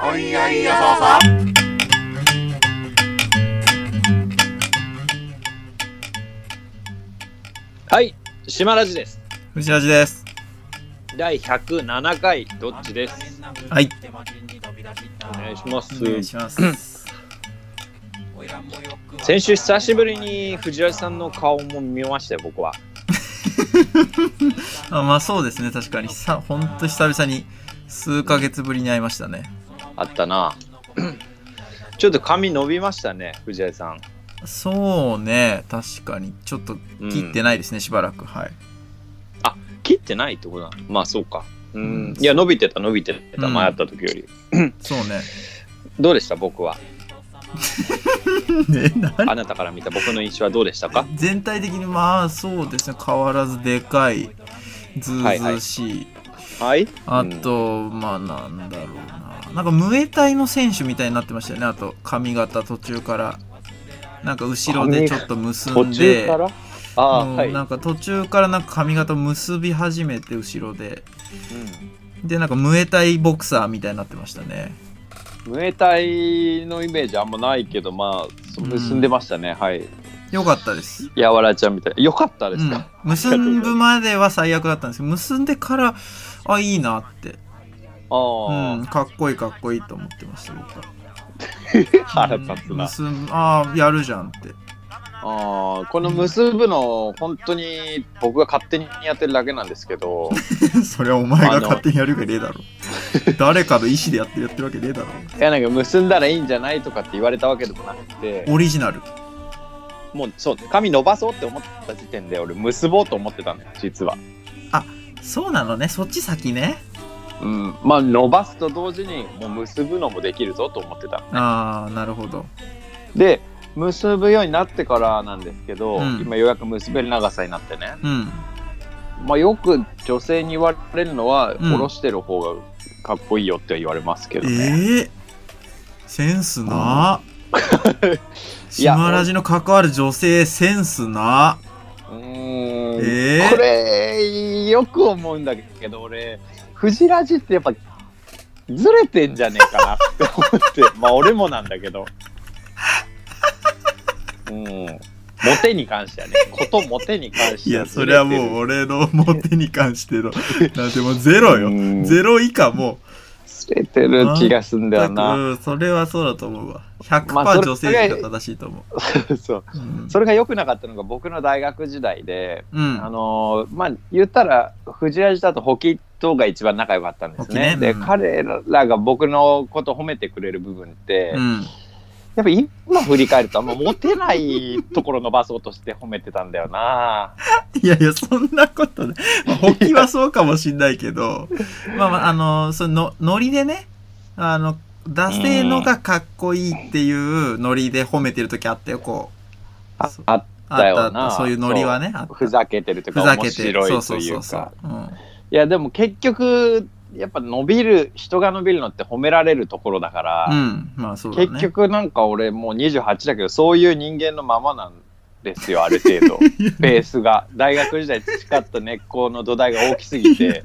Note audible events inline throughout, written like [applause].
おいおいよそうそうはい、島ラジです。藤ラジです。第107回、どっちです。はい。お願いしまお願いす。します。先週久しぶりに藤原さんの顔も見ましたよ、僕は。あまあそうですね、確かに。さ、ほんと久々に数ヶ月ぶりに会いましたね。あった [clears throat] な。ちょっと髪伸びましたね、藤原さん。そうね、確かに。ちょっとうん切ってないですね、しばらく。はい。切ってないってことなのまあそうか。うんうん。いや、伸びてた、伸びてた、うん前あった時より。そうね。どうでした、僕は。 [laughs] ね、なあなたから見た僕の印象はどうでしたか全体的にまあそうですね、変わらずでかい、ずうずうしい。はい。あと、まあなんだろうな。なんかムエタイの選手みたいになってましたよね、あと髪型途中から。なんか後ろでちょっと結途んで。中からああうー、んはい。うなんか途中からなんか髪型を結び始めて後ろでんでなんかムエタイボクサーみたいになってましたねムエタイのイメージあんまないけど、まあ、そう結んでましたね、はい。よかったです、やわらちゃんみたいな。よかったうですんか、、結ぶまでは最悪だったんですけど結んでからあいいなって、あうん、かっこいいかっこいいと思ってました僕はあ、腹立つうんな。結んああやるじゃんって [laughs] ああ、この結ぶの、本当に僕が勝手にやってるだけなんですけど、それはお前あがの勝手にやるわけねえだ [laughs] ろ誰かの意思でやってやってるわけねえだろいや、なんか結んだらいいんじゃないとかって言われたわけでもなくて、オリジナルもうそう、髪伸ばそうって思った時点で、俺、結ぼうと思ってたんだよ、実は。そうなのねそっち先ねうん。まあ、伸ばすと同時に、もう結ぶのもできるぞと思ってた。ああなるほどで、結ぶようになってからなんですけど、うん今ようやく結べる長さになってね。うんまあ、よく女性に言われるのは、うん下ろしてる方がかっこいいよって言われますけどね。ええセンスな。 [laughs] いや島ラジの関わる女性センスな。うーんえーこれよく思うんだけど俺フジラジってやっぱずれてんじゃねえかなって思って [laughs] まあ俺もなんだけど。うんモテに関してはねことモテに関していや、それはもう俺のモテに関して [laughs] の、なんてもうゼうロよ。んずゼロ以下もれてる気がすんう。だよな。うん、それはそうだと思うわ。まあそ100%れ女性が正しいと思 [laughs] そうう。うんそれが良くなかったのが僕の大学時代で、うんあ。のーまあ言ったら藤ラジだとホキとが一番仲良かったんですね。ホキねで、うん彼らが僕のこと褒めてくれる部分って、やうっん。ぱ今振り返るとあんまモテないところ伸ばそうとして褒めてたんだよな。 [laughs] いやいや、そんなこと [laughs] ない。まあ、本気はそうかもしんないけど、まあまあ、あの、その、ノリでね、あの、出せのがかっこいいっていうノリで褒めてる時あったよ、こう。あそうああっだよなたあったそういうノリはね、あったふざけてるとふかざけ面て、白そういそとういそううそかう。。うんいやでも結局やっぱ伸びる人が伸びるのって褒められるところだから。うん、まあそうだね。結局なんか俺もう28だけどそういう人間のままなんですよある程 [laughs] 度ベースが大学時代培った根っこの土台が大きすぎ [laughs] て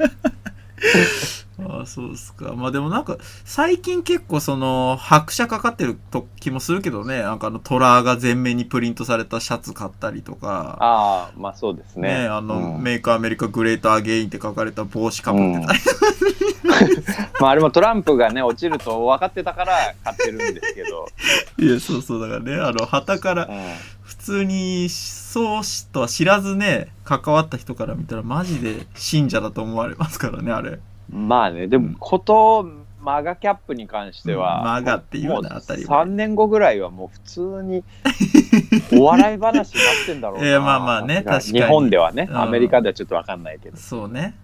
ああ、そうっすか。まあでもなんか、最近結構その、拍車かかってる時もするけどね、なんかあの、トラが全面にプリントされたシャツ買ったりとか。ああまあそうですねねあの、うんメイクアメリカグレートアゲインって書かれた帽子かぶってた、 [laughs] まああれもトランプがね落ちると分かってたから買ってるんですけ [laughs] ど、いやそうそうだからねあの旗かうらん普通にそうしとは知らずね関わった人から見たらマジで信者だと思われますからねあれまあねでもことマガキャップに関しては、マガっていうもようねあたり3年後ぐらいはもう普通 [laughs] にお笑い話になってんだろうな。いやまあまあねだら確かに日本ではね、うんアメリカではちょっとわかんないけど。そうね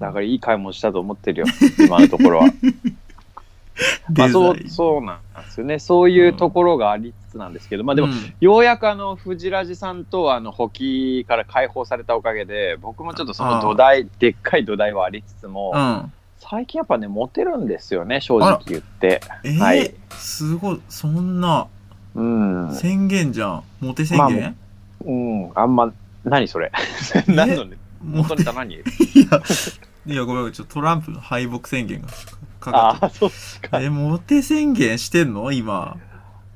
だからいい買い物したと思ってるよ、 [laughs] 今のところ [laughs] は。まあ、デザイン、そうそうなんですよね、そういうところがありつつなんですけど、まあ、でも、うんようやくあの藤ラジさんとあの補給から解放されたおかげで、僕もちょっとその土台、でっかい土台はありつつも、うん最近やっぱね、モテるんですよね、正直言って。えーはいすごいそんなうん、う宣言じゃんモテ宣まあ言、ん、あんま、何それ、何のね、モ本テ当にた何いやいやごめんちょっとトランプの敗北宣言がかあかあ、そうってる。え、モテ宣言してんの今。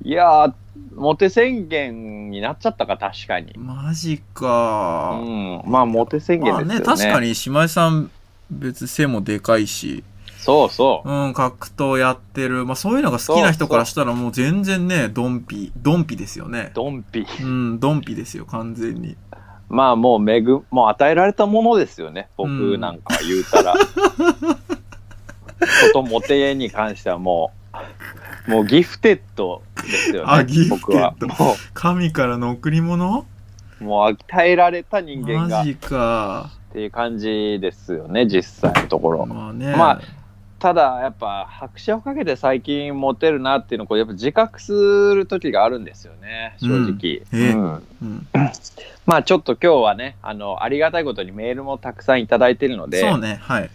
いやー、モテ宣言になっちゃったか、確かに。マジうか。ん。まあ、モテ宣言まあですよね。ね、確かに姉妹さん、別に背もでかいし、そうそうん、格闘やってる。まあそういうのが好きな人からしたらもう全然ね、ドンピ、ドンピですよねう。。ドンピ。うん、ドンピですよ、完全に。まあ、もう、恵ぐ、もう与えられたものですよね。僕なんかは言うたら。ことモテに関してはもう、もうギフテッドですよね。あギフテッド僕は。も神からの贈り物う、もう与えられた人間がマっジか。ていう感じですよね、実際のところ。まあね。まただやっぱ拍車をかけて最近モテるなっていうのをこうやっぱ自覚する時があるんですよね正直、うんええうんうん、まあちょっと今日はねあのありがたいことにメールもたくさんいただいてるのでそうね、はい。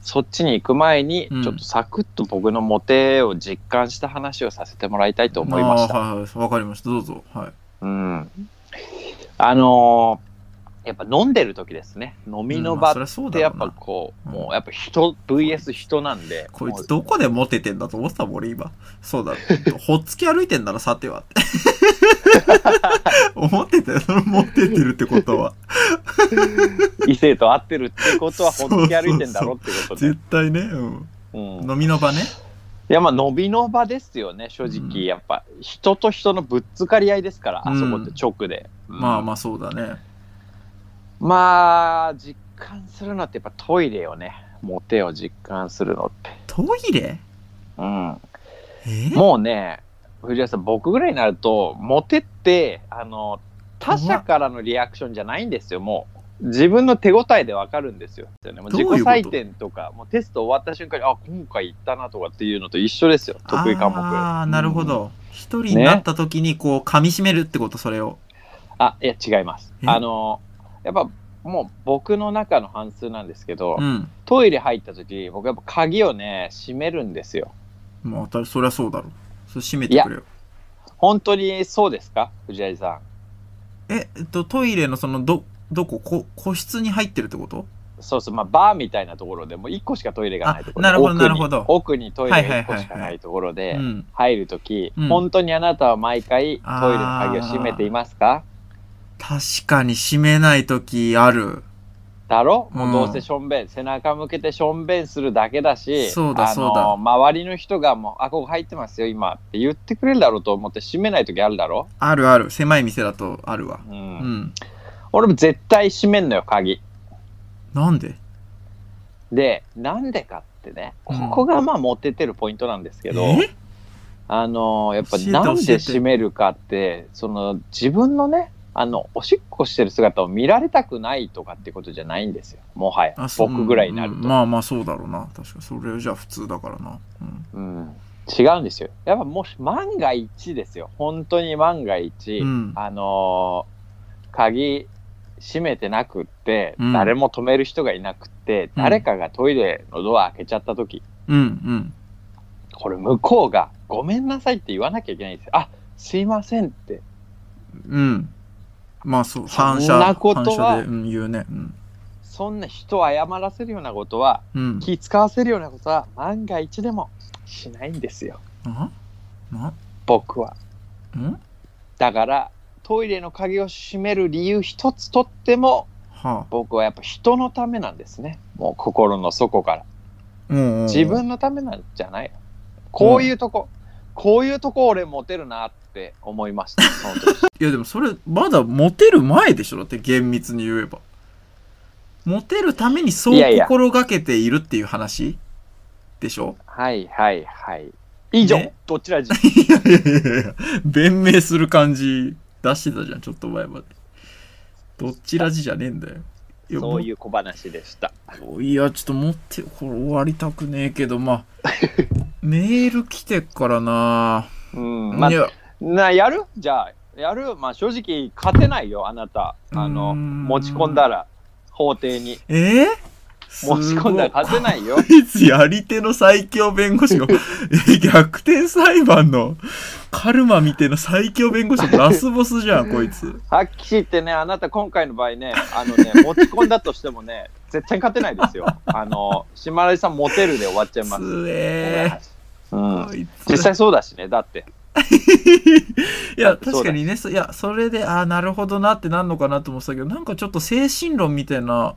そっちに行く前にうんちょっとサクッと僕のモテを実感した話をさせてもらいたいと思いましたあーはいはい、わかりました。どうぞ。はい。うんあのーやっぱ飲んでる時ですね飲みのうんま場あそりゃそうってだやろっうなぱこう、うんもうやっぱ人 VS 人なんでこいもうつどこでモテてんだと思ってたもん、俺今。そ [laughs] うだ。ほっつき歩いてんだろ、さてはって。思ってたよ、そのモテてるってことは。異性と会ってるってことは本気歩いてんだろってことで。絶対ね、うん。うん飲みの場ね。いやまあ伸びの場ですよね正うん直やっぱ人と人のぶっつかり合いですからあそこって直で、まああまあそうだね。まあ実感するのってやっぱトイレよねモテを実感するのって、トイレうん、えもうね藤原さん僕ぐらいになるとモテってあの他者からのリアクションじゃないんですよもう自分の手応えでわかるんですよもうど自ういう己こと採点とかもうテスト終わった瞬間にあ今回行ったなとかっていうのと一緒ですよ得意科目ああ、なるほうんど。一、人になった時にこう噛み締めるってこと、それを。あいや違いますえあのやっぱもう僕の中の反数なんですけど、うん。トイレ入った時僕やっぱ鍵をね閉めるんですよまあ当たり、そりゃそうだろう。それ閉めてくれよ。本当にそうですか藤井さんえ、えっと、トイレのその、ど、どこ、こ個室に入ってるってことそうそう、まあ、バーみたいなところでもう1個しかトイレがないところあなるほど奥になるほど奥にトイレはいは1いはい個はいしかないところでうん。入るとき、うん本当にあなたは毎回トイレの鍵を閉めていますか確かに閉めない時ある。だろもうどううせんしょんべん、背中向けてしょんべんするだけだしそうだそうあだの周りの人がもう「あここ入ってますよ今」って言ってくれるだろうと思って閉めない時あるだろ、あるある。狭い店だとあるわ。ううんん。俺も絶対閉めんのよ鍵なんででなんでかってねうこんこがまあモテてるポイントなんですけど、えあのーやっぱ教えてなん教えでて閉めるかってその自分のねあのおしっこしてる姿を見られたくないとかってことじゃないんですよもはやあそう僕ぐらいになるうと、んまあまあそうだろうな。確かそれじゃ普通だからな。うん。うん違うんですよやっぱもし万が一ですよ本当に万が一、うんあのー鍵閉めてなくって、うん誰も止める人がいなくって、うん誰かがトイレのドア開けちゃった時うんうん。これ向こうが「ごめんなさい」って言わなきゃいけないんですよ。あすいませんってうん。まあそう、反射。そんなことは反射で、うん、言うね。うん。そんな人を謝らせるようなことはうん。気使わせるようなことは万が一でもしないんですよあな僕はんだからトイレの鍵を閉める理由一つとってもは僕はやっぱ人のためなんですねもう心の底からあ、うんうんうん自分のためなんじゃないこういうとこ、こういうとこ俺モテるなって思いましたその時いやでもそれまだモテる前でしょだって厳密に言えばモテるためにそういやいや心がけているっていう話でしょはいはいはい以上、ねどちらじ [laughs] いやいやいやいや弁明する感じ出してたじゃんちょっと前までどっちらじじゃねえんだよいやそういう小話でしたもういやちょっとモテこれ終わりたくねえけ [laughs] どまあメール来てっからなうんまあいやなやるじゃあやるまあ正直勝てないよあなたあうーのん持ち込んだら法廷にえー、持ち込んだら勝て [laughs] ないよ [laughs] こいつやり手の最強弁護士のえ逆転裁判のカルマみたいな最強弁護士のラスボスじゃん、こ [laughs] いつ。はっきり言ってね、あなた今回の場合ね、あのね、持ち込んだとしてもね、絶対勝てないですよ。あの、島田さんモテるで終わっちゃいます。つえうー。ん。こい実つ。際そうだしね、だって。[laughs] いや、確かにね、そいや、それで、ああ、なるほどなってなんのかなと思ってたけど、なんかちょっと精神論みたいな、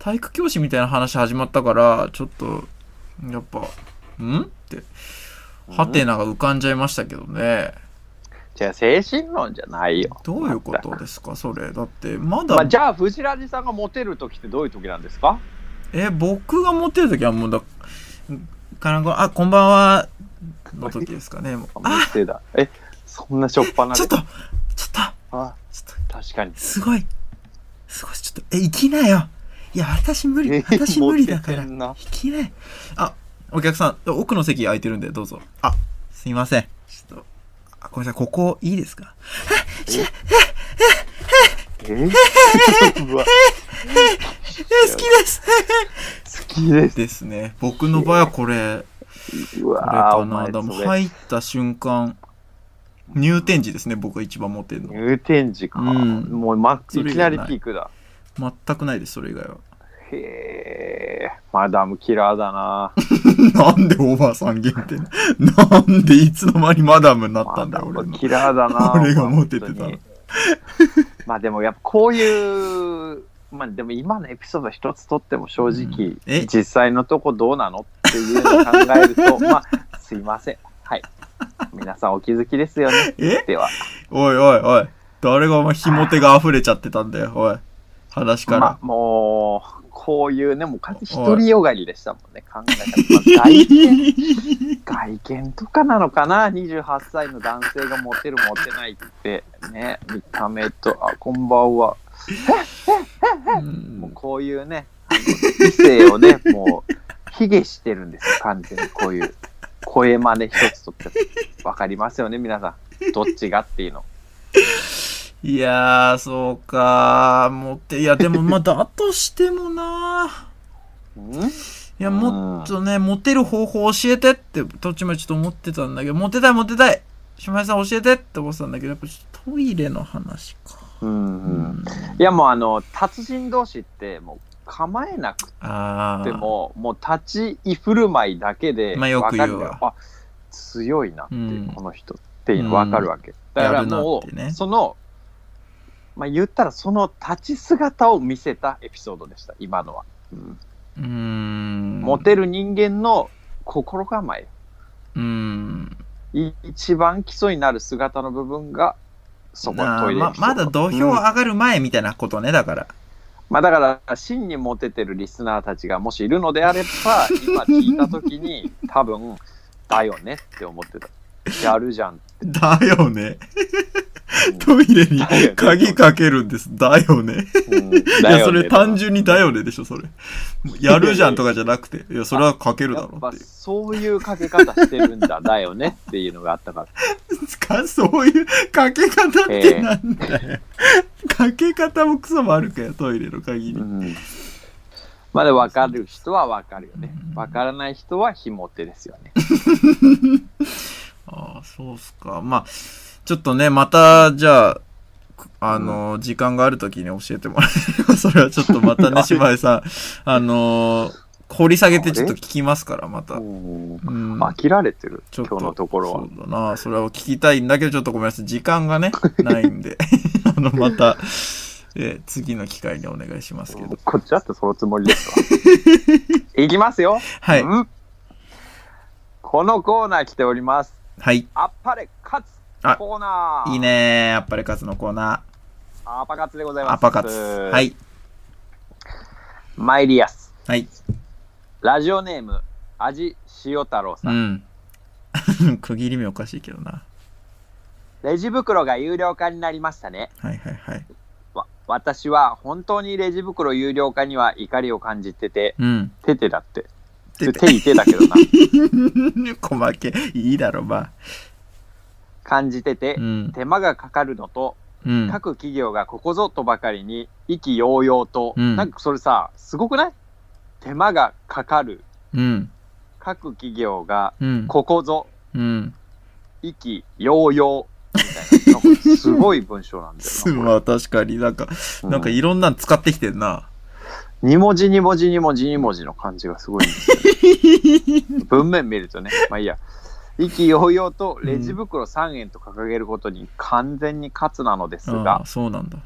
体育教師みたいな話始まったから、ちょっと、やっぱ、んって、ハテナが浮かんじゃいましたけどね。じゃあ精神論じゃないよ。どういうことですか、それ。だって、まだ、まあ、じゃあ、藤ラジさんがモテる時ってどういう時なんですかえ、僕が持ってるときはもうだ、かなこ、あ、こんばんは、の時ですかね。もうああ、モテだ。え、そんなしょっぱなでちょっと、ちょっと、あちょっ確かにと、。すごい、すごい、ちょっと、え、行きなよ。いや、私 [laughs] 無理、 [laughs] 私無理だかモら。テて行んなきなよ。あ、お客さん、奥の席空いてるんで、どうぞ。あ、すいません。ちょっと、あ、ごめんなさい、ここいいですかえ [laughs] うわえ、好きです。好きです。ですね。僕の場合はこれ、うこれわーかお前な。でもそれ入った瞬間、入店時ですね、僕が一番持ってるの。入店時か。うんもうマッそいれ以きな外りないピークだ。全くないです、それ以外は。 [laughs] へえ、マダムキラーだな。なんでおばあさん限定 [laughs] なんでいつの間にマダム [laughs] になったマんだダよ、俺ムの。キラーだな。 [laughs] 俺がモテてたの本当に。 [laughs] まあでもやっぱこういう、まあでも今のエピソード一つとっても正直、うんえ実際のとこどうなのっていうのを考えると、 [laughs] まあすいません。はい。皆さんお気づきですよね。えでは、おいおいおい。誰がお前、ひも手が溢れちゃってたんだよ、おい。話から。まあもう、こういうね、もう完全に独りよがりでしたもんね、考え方。まあ外見外見とかなのかな28歳の男性がモテるモテないってね見た目とあこんばんは [laughs] うもうんこういうねあの異性をねもう卑下してるんですよ完全にこういう声真似一つとって分かりますよね皆さんどっちがっていうのいやー、そうかー。モテ、いや、でも、まあ、だとしても [laughs] なうんいや、もっとね、モテる方法教えてって、途中までちょっと思ってたんだけど、モテたい、モテたい。島井さん教えてって思ってたんだけど、やっぱちょっとトイレの話か。うんううんいやもうあの達人同士ってもう構えなくああ。でも、もう立ち居振る舞いだけで、まあよく言うわかわるんだよあ、強いなっていう、うんこの人っていうの分かるわけ。だからもやう、るなってねその、まあ言ったらその立ち姿を見せたエピソードでした、今のは。うんうーん。モテる人間の心構え。うーん。い一番基礎になる姿の部分が、そこなあトイレエまピソードまだ土俵うん上がる前みたいなことね、だから。まあだから、真にモテてるリスナーたちがもしいるのであれ [laughs] ば、今聞いたときに、多分、だよねって思ってた。やるじゃん。だよね。うんトイレにだよね鍵かけるんです。だよね。うんいだよねや、それ単純にだよねでしょ、それ。やるじゃんとかじゃなくて。いや、それはかけるだやろっうっぱていう。そういうかけ方してるんだ、だよねっていうのがあったから。かそういうかけ方ってなんだよ。かけ方もクソもあるかよ、トイレの鍵うに。んまあで分かる人は分かるよね。分からない人はひもてですよね。ああ、そうっすか。まあ、ちょっとね、また、じゃあ、くあの、時間があるときに教えてもらえれば、 [laughs] それはちょっとまたあね、れ島井さん、あのー、掘り下げてちょっと聞きますから、また。うんうん。飽きられてる、ちょ今っ日のところは。そうだな。それを聞きたいんだけど、ちょっとごめんなさい。時間 [laughs] がね、ないんで。 [laughs] あの、また、えー次の機会にお願いしますけど。こっちだってそのつもり [laughs] ですわ。いきますよ。はい。うんこのコーナー来ております。はい。あっぱれ勝つあコーナー。いい。ねー。やっぱり勝つのコーナアパカツでございー。ます。アパカツ。は。い。マイリアス。はい。ラジオネーム、味塩太郎さ。うんん。 [laughs] 区切り目おかしいけどな。レジ袋が有料化になりましたね。はいはいはい。わ私は本当にレジ袋有料化には怒りを感じてて、うん。 [laughs] ててだって。てていてだけどな。小負け。いいだろ、まあ。感じててう、ん。手間がかかるのと、うん。各企業がここぞとばかりに意気揚々と、うんなんかそれさすごくない手間がかかるうん。各企業がうん。ここぞうん。意気揚々みたいな、なんかすごい文章 [laughs] なんだよなま。あ確かになんか、これなんかうんいろんなの使ってきてんな。二文字二文字二文字二文字の感じがすごいんですよね文面見る [laughs] とね、まあいいや。意気揚々とレジ袋3円と掲げることに完全に勝つなのですあがあ、そうなんだ。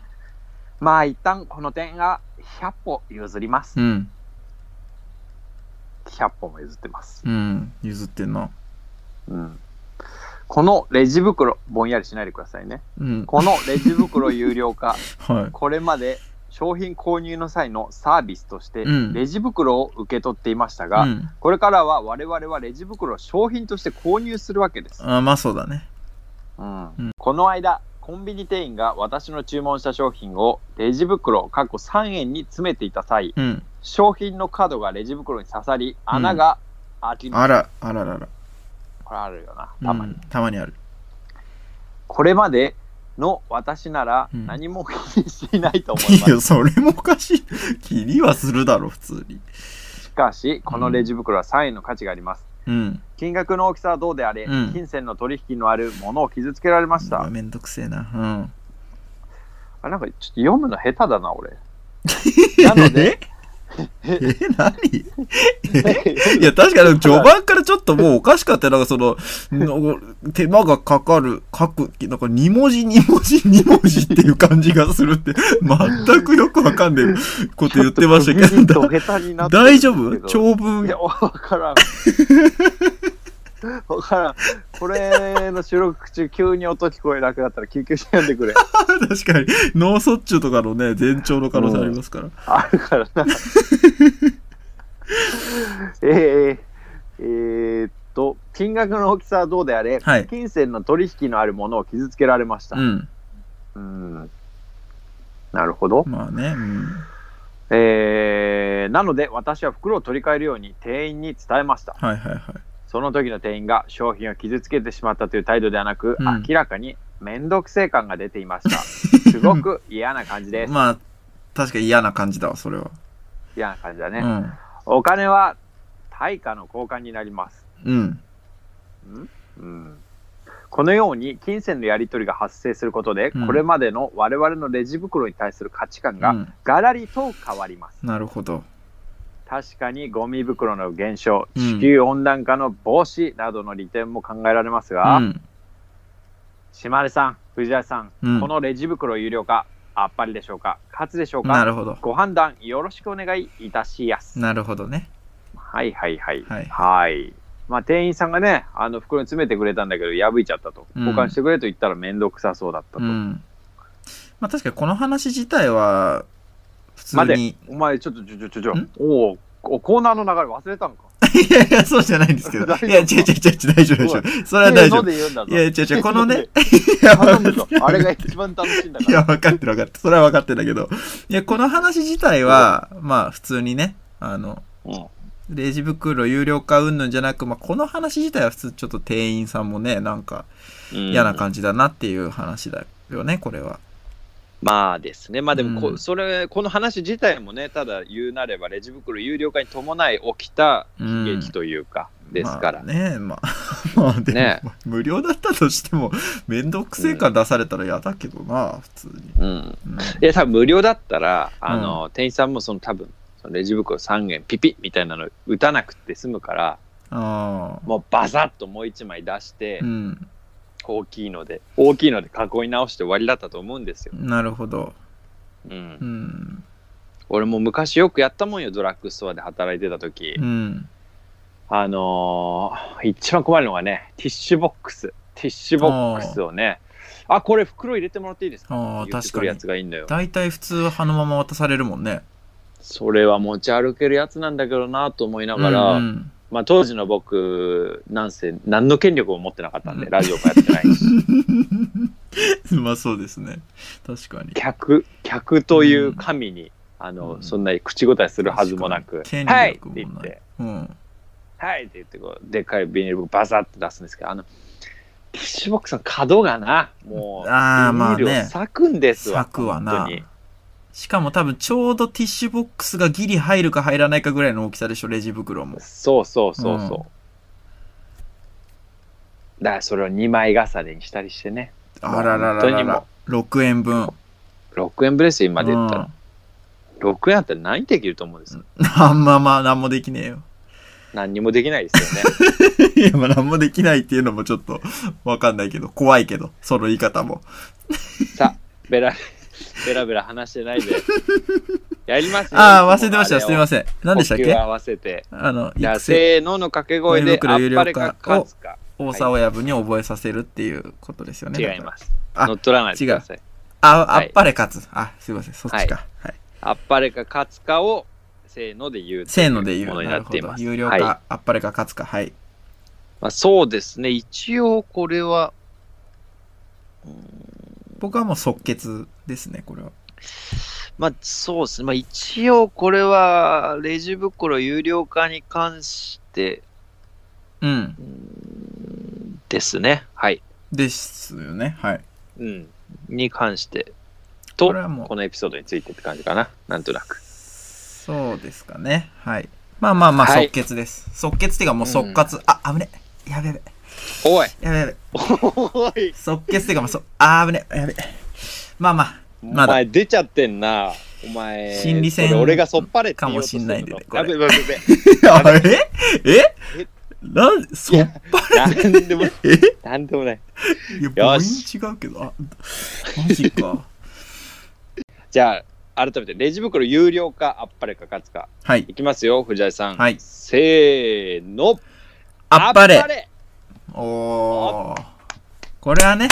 まあ一旦この点が100歩譲りますう。ん。 100歩も譲ってます。うん。譲ってんな。うんこのレジ袋、ぼんやりしないでくださいね。うん。このレジ袋有料 [laughs] 化、はこれまで商品購入の際のサービスとしてうんレジ袋を受け取っていましたい。が、うん。これからは我々はレジ袋を商品として購入するわけです、あまあそうだね。うんんこの間コンビニ店員が私の注文した商品をレジ袋過去3円に詰めていた際うん。商品の角がレジ袋に刺さり穴が開きまあす、ら、あららら。これあるよなうんたまに、たまにある。これまでの私ならうん何も気にしていないと思いいまいす、よ、それもおかしい。気にはするだろ、普通に。しかしこのレジ袋は3円の価値がありますうん。金額の大きさはどうであれ、うん金銭の取引のあるものを傷つけられました、めんどくせえな。あなんかちょっと読むの下手だな [laughs] 俺うん。なのでええ何いや、確かに序盤からちょっともうおかしかったよ。なんかその、なんか手間がかかる、書く、なんか2文字、2文字、2文字っていう感じがするって、全くよくわかんねえこと言ってましたけちょどっと、下手になだって大る丈んですけ夫ど長い文や、。わからん。 [laughs] わからん。これの収録中、急に音聞こえなくなったら救急車呼んでくれ。 [laughs] 確かに、脳卒中とかのね、前兆の可能性ありますから。あるから [laughs] な。えー、えーっと、金額の大きさはどうであれ、はい金銭の取引のあるものを傷つけられました。うん。うんなるほど。まあね。うんえーなので私は袋を取り替えるように店員に伝えました。はいはいはい。その時の店員が商品を傷つけてしまったという態度ではなく、うん明らかに面倒くせえ感が出ていま [laughs] した。すごく嫌な感じです。まあ、確かに嫌な感じだわ、それは。嫌な感じだね。うん。お金は対価の交換になります。うん。うんこのように金銭のやり取りが発生することで、うんこれまでの我々のレジ袋に対する価値観うがん、ガラリと変わります。なるほど。確かにゴミ袋の減少、うん地球温暖化の防止などの利点も考えられますが、うん。島根さん、藤井さん、うんこのレジ袋有料化、あっぱれでしょうか、勝つでしょうなか、るほど。ご判断よろしくお願いいたしやす。なるほどね。はいはいはい。はいはいまあ、店員さんがね、あの袋に詰めてくれたんだけど、破いちゃったと。うん交換してくれと言ったら面倒くさそうだったと。うん。まあ確かにこの話自体は、普通待てに。お前、ちょっとちょちょちょちょん、おうお、コーナーの流れ忘れたのか。いやいや、そうじゃないんですけど。大丈夫いや、違う違う違う、大丈夫大丈夫。それは大飲ん丈夫。いで言うんだぞ。や、違う違う、このね、 [laughs] いや、頼分むかぞってあれが一番楽しいんだいかや、ら。分かってる分かってる。それは分かってんだけど。いや、この話自体は、まあ普通にね、あの、うんレジ袋有料化うんぬんじゃなく、まあ、この話自体は普通ちょっと店員さんもね、なんか嫌な感じだなっていう話だよね、これは。まあですね、まあでもこ、うんそれ、この話自体もね、ただ言うなれば、レジ袋有料化に伴い起きた悲劇というか、ですから、まあねまあ [laughs] まあでも、ね無料だったとしても面倒くせえ感出されたら嫌だけどな、普通に、うん。ういんや、多分無料だったら、あの、店員さんもその多分、そのレジ袋3円ピピッみたいなの打たなくて済むから、ああもうバサッともう1枚出して、うん大きいので、大きいので囲い直して終わりだったと思うんですよ。なるほどうんう。ん俺も昔よくやったもんよ、ドラッグストアで働いてた時。うんあのー一番困るのがね、ティッシュボックス。ティッシュボックスをね、あ、これ袋入れてもらっていいですかああ言って確くかるにやつがいいんだよ。大体普通はのまま渡されるもんねそれは持ち歩けるやつなんだけどなと思いながら、うんまあ当時の僕、なんせ、何の権力も持ってなかったんで、うんラジオもやって [laughs] ないし、うんまあそうですね確かに客、客という神に、あの、うんそんなに口答えするはずもなく、確かはいっにて権力言もっない、て、うんはいって言ってこう、でっかいビニール袋バサッと出すんですけど、あの、ティッシュボックスの角がな、もう、ああまあビニールねを裂くんですわ。咲くわ本な当にしかも多分ちょうどティッシュボックスがギリ入るか入らないかぐらいの大きさでしょレジ袋もそうそうそうそう。だからそれを2枚重ねにしたりしてね。あらららら本当にも6円分。 6円ブレス今で言ったうらん。 6円あったら何できると思うんですかあんままあ、なんもできねえよ。 [laughs] 何にもできないですよね。いや、まあ、なんもできないっていうのもちょっと、わかんないけど、怖いけど、その言い方も。さあ、ベラ、ベラベラ話してないで。やりますよ。ああ、忘れてました。すみません。せん。何でしたっ呼吸けを合わせて。あの、じゃあ、育成、せーのの掛け声で、あ寝っ袋有料ぱ化れか勝つか。大沢親分に覚えさせるっていうことですよね。違います。あ乗っ取らないでください。あ、あはいっぱれ勝つ。あ、すいません、そっちか。はい。あっぱれか勝つかを、せーので言う。せーので言もう。のにななるっほていど。ます。有料はいか、あっぱれか勝つか。はい。まあ、そうですね。一応、これは、僕はもう即決ですね、これは。まあ、そうですね。まあ、一応、これは、レジ袋有料化に関してうん。ですね。はい。ですよね。はい。うん。に関して、とこれ、はもうこ、のエピソードについてって感じかな。なんとなく。そうですかね。はい。まあまあまあ、はい即決です。即決っていうかもう即活。あ、危ね。やべやべ。おいやべやべ。おい即決っていうかもうそ、あー危ね。やべ。まあまあ、おまだ前出ちゃってんな。お前、心理戦それ俺がそっぱれってかもしんないんでね言おうとしてんのやべや [laughs] あれえなん、そっぱべやべ。なんでもない。えなんでもない。いや、母よ音し違うけど、あ、マジか。 [laughs] じゃあ、改めて、レジ袋有料化、あっぱれか勝つか。はいい。きますよ、藤井さん。はいせーの。あっぱれれおー。これはね、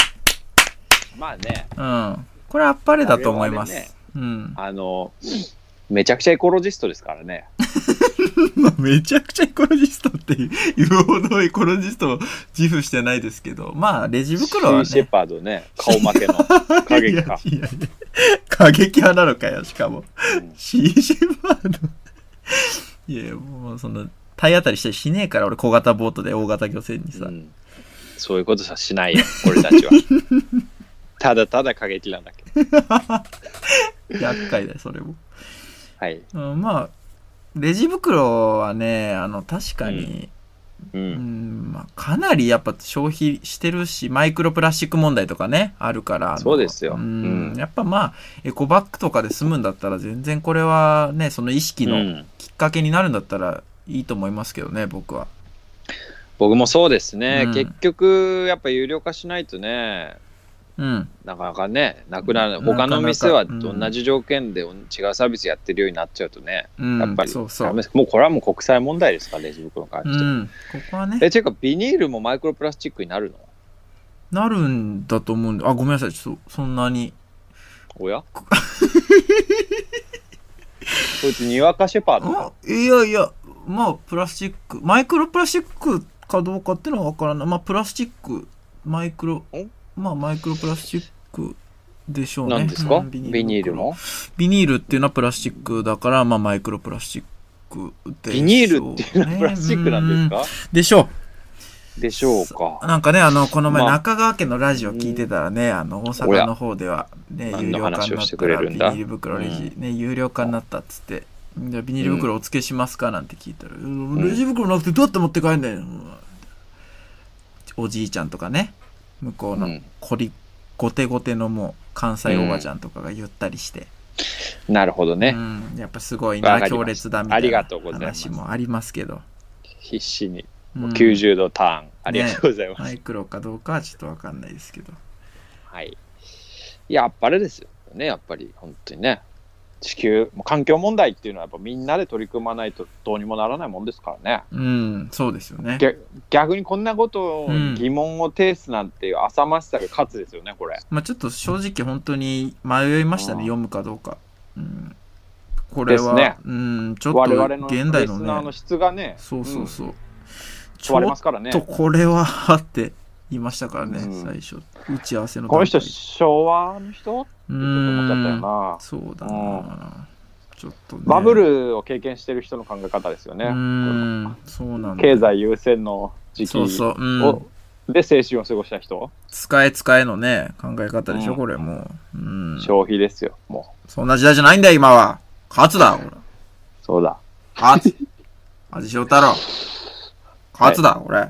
まあね、うん。これあっぱれだと思いまあれはす。うん。 [laughs] あの、めちゃくちゃエコロジストですからね。まあ、めちゃくちゃエコロジストっていう言うほどエコロジストを自負してないですけど、まあ、レジ袋はシーシェね。パードね、顔負 [laughs] けの過激か。いやいやいや過激派なのかよ、しかも。うんシーシェパード。いやいや、もうその、体当たりしたりしねえから、俺小型ボートで大型漁船にさ。うんそういうことさしないよ、 [laughs] 俺たちは。ただただ過激なんだけど。厄介だよ、それも。はい。うん、まあ、レジ袋はね、あの、確かに、ううんん。まあ、かなりやっぱ消費してるし、マイクロプラスチック問題とかね、あるから。あのそうですようんうんやっぱまあ、エコバッグとかで済むんだったら、全然これはね、その意識うのんきっかけになるんだったら、いいと思いますけどね、僕は。僕もそうですね、うん結局、やっぱ有料化しないとね、うん。なかなかね、なくなる。なかなか他の店はうん同じ条件で違うサービスやってるようになっちゃうとね、うん、やっぱりそうそダうメ。です。もうこれはもう国際問題ですから、レジ袋に関うしては。ん。ここはね。え、ていうか、ビニールもマイクロプラスチックになるのなるんだと思うんで、あ、ごめんなさい、ちょっと、そんなに。お [laughs] やこいつ、にわかシェパードだあいやいや、まあ、プラスチック、マイクロプラスチックかどうかっていうのはわからない。まあ、プラスチック、マイクロん、まあ、マイクロプラスチックでしょうね。なんですか、うんビニール袋もビニールっていうのはプラスチックだから、まあ、マイクロプラスチックでしょビうねニールっていうのはプラスチックなんですか、うんでしょう。でしょうかなんかね、あの、この前、まあ中川家のラジオ聞いてたらね、あの、大お阪やの方では、ね、有何の料化話にをなっしてたくれら、るビんニだール袋レジ、ね、有料化になったっつって、じゃあビニール袋お付けしますかなんて聞いたら、うんレジ袋なくてどうやって持って帰んだよ。おじいちゃんとかね、向こううのん、こり、ごてごてのもう、関西おばちゃんとかが言ったりして、なるほどうね、ん、やっぱすごいわかな、りま強す烈だみあたいりながとうございます話もありますけど。必死にうん90度ターン、ありがとうございます、マイクロかどうかはちょっとわかんないですけど。はい。いや、あっぱれですよね、やっぱり、本当にね。地球、もう環境問題っていうのは、やっぱみんなで取り組まないとどうにもならないもんですからね。うん、そうですよね。逆逆にこんなことをうん疑問を呈すなんていう浅ましさが勝つですよね、これ。まあちょっと正直本当に迷いましたね、うん読むかどうか。うん、これでは、すねうん、ちょっと我々の現代リスナーののね、質がね、そうそうそう。ち問われょまっすからね。とこれは、はって言いましたからね、うん最初。打ち合わせのこの人、段階昭和の人ってうちょっと思っちゃったよん、な。そうだうな。ちょっとね。バブルを経験してる人の考え方ですようね。ん、そうなんだ。経済優先の時期そうそう、うんを。で青春を過ごした人、使え使えのね、考え方でしょ、うんこれもう。うん。消費ですよ、もそんな時代じゃないんだよ、今は。勝つだ、ほら。う。そうだ。 [laughs] 勝つ。味塩太郎。勝つだ、俺。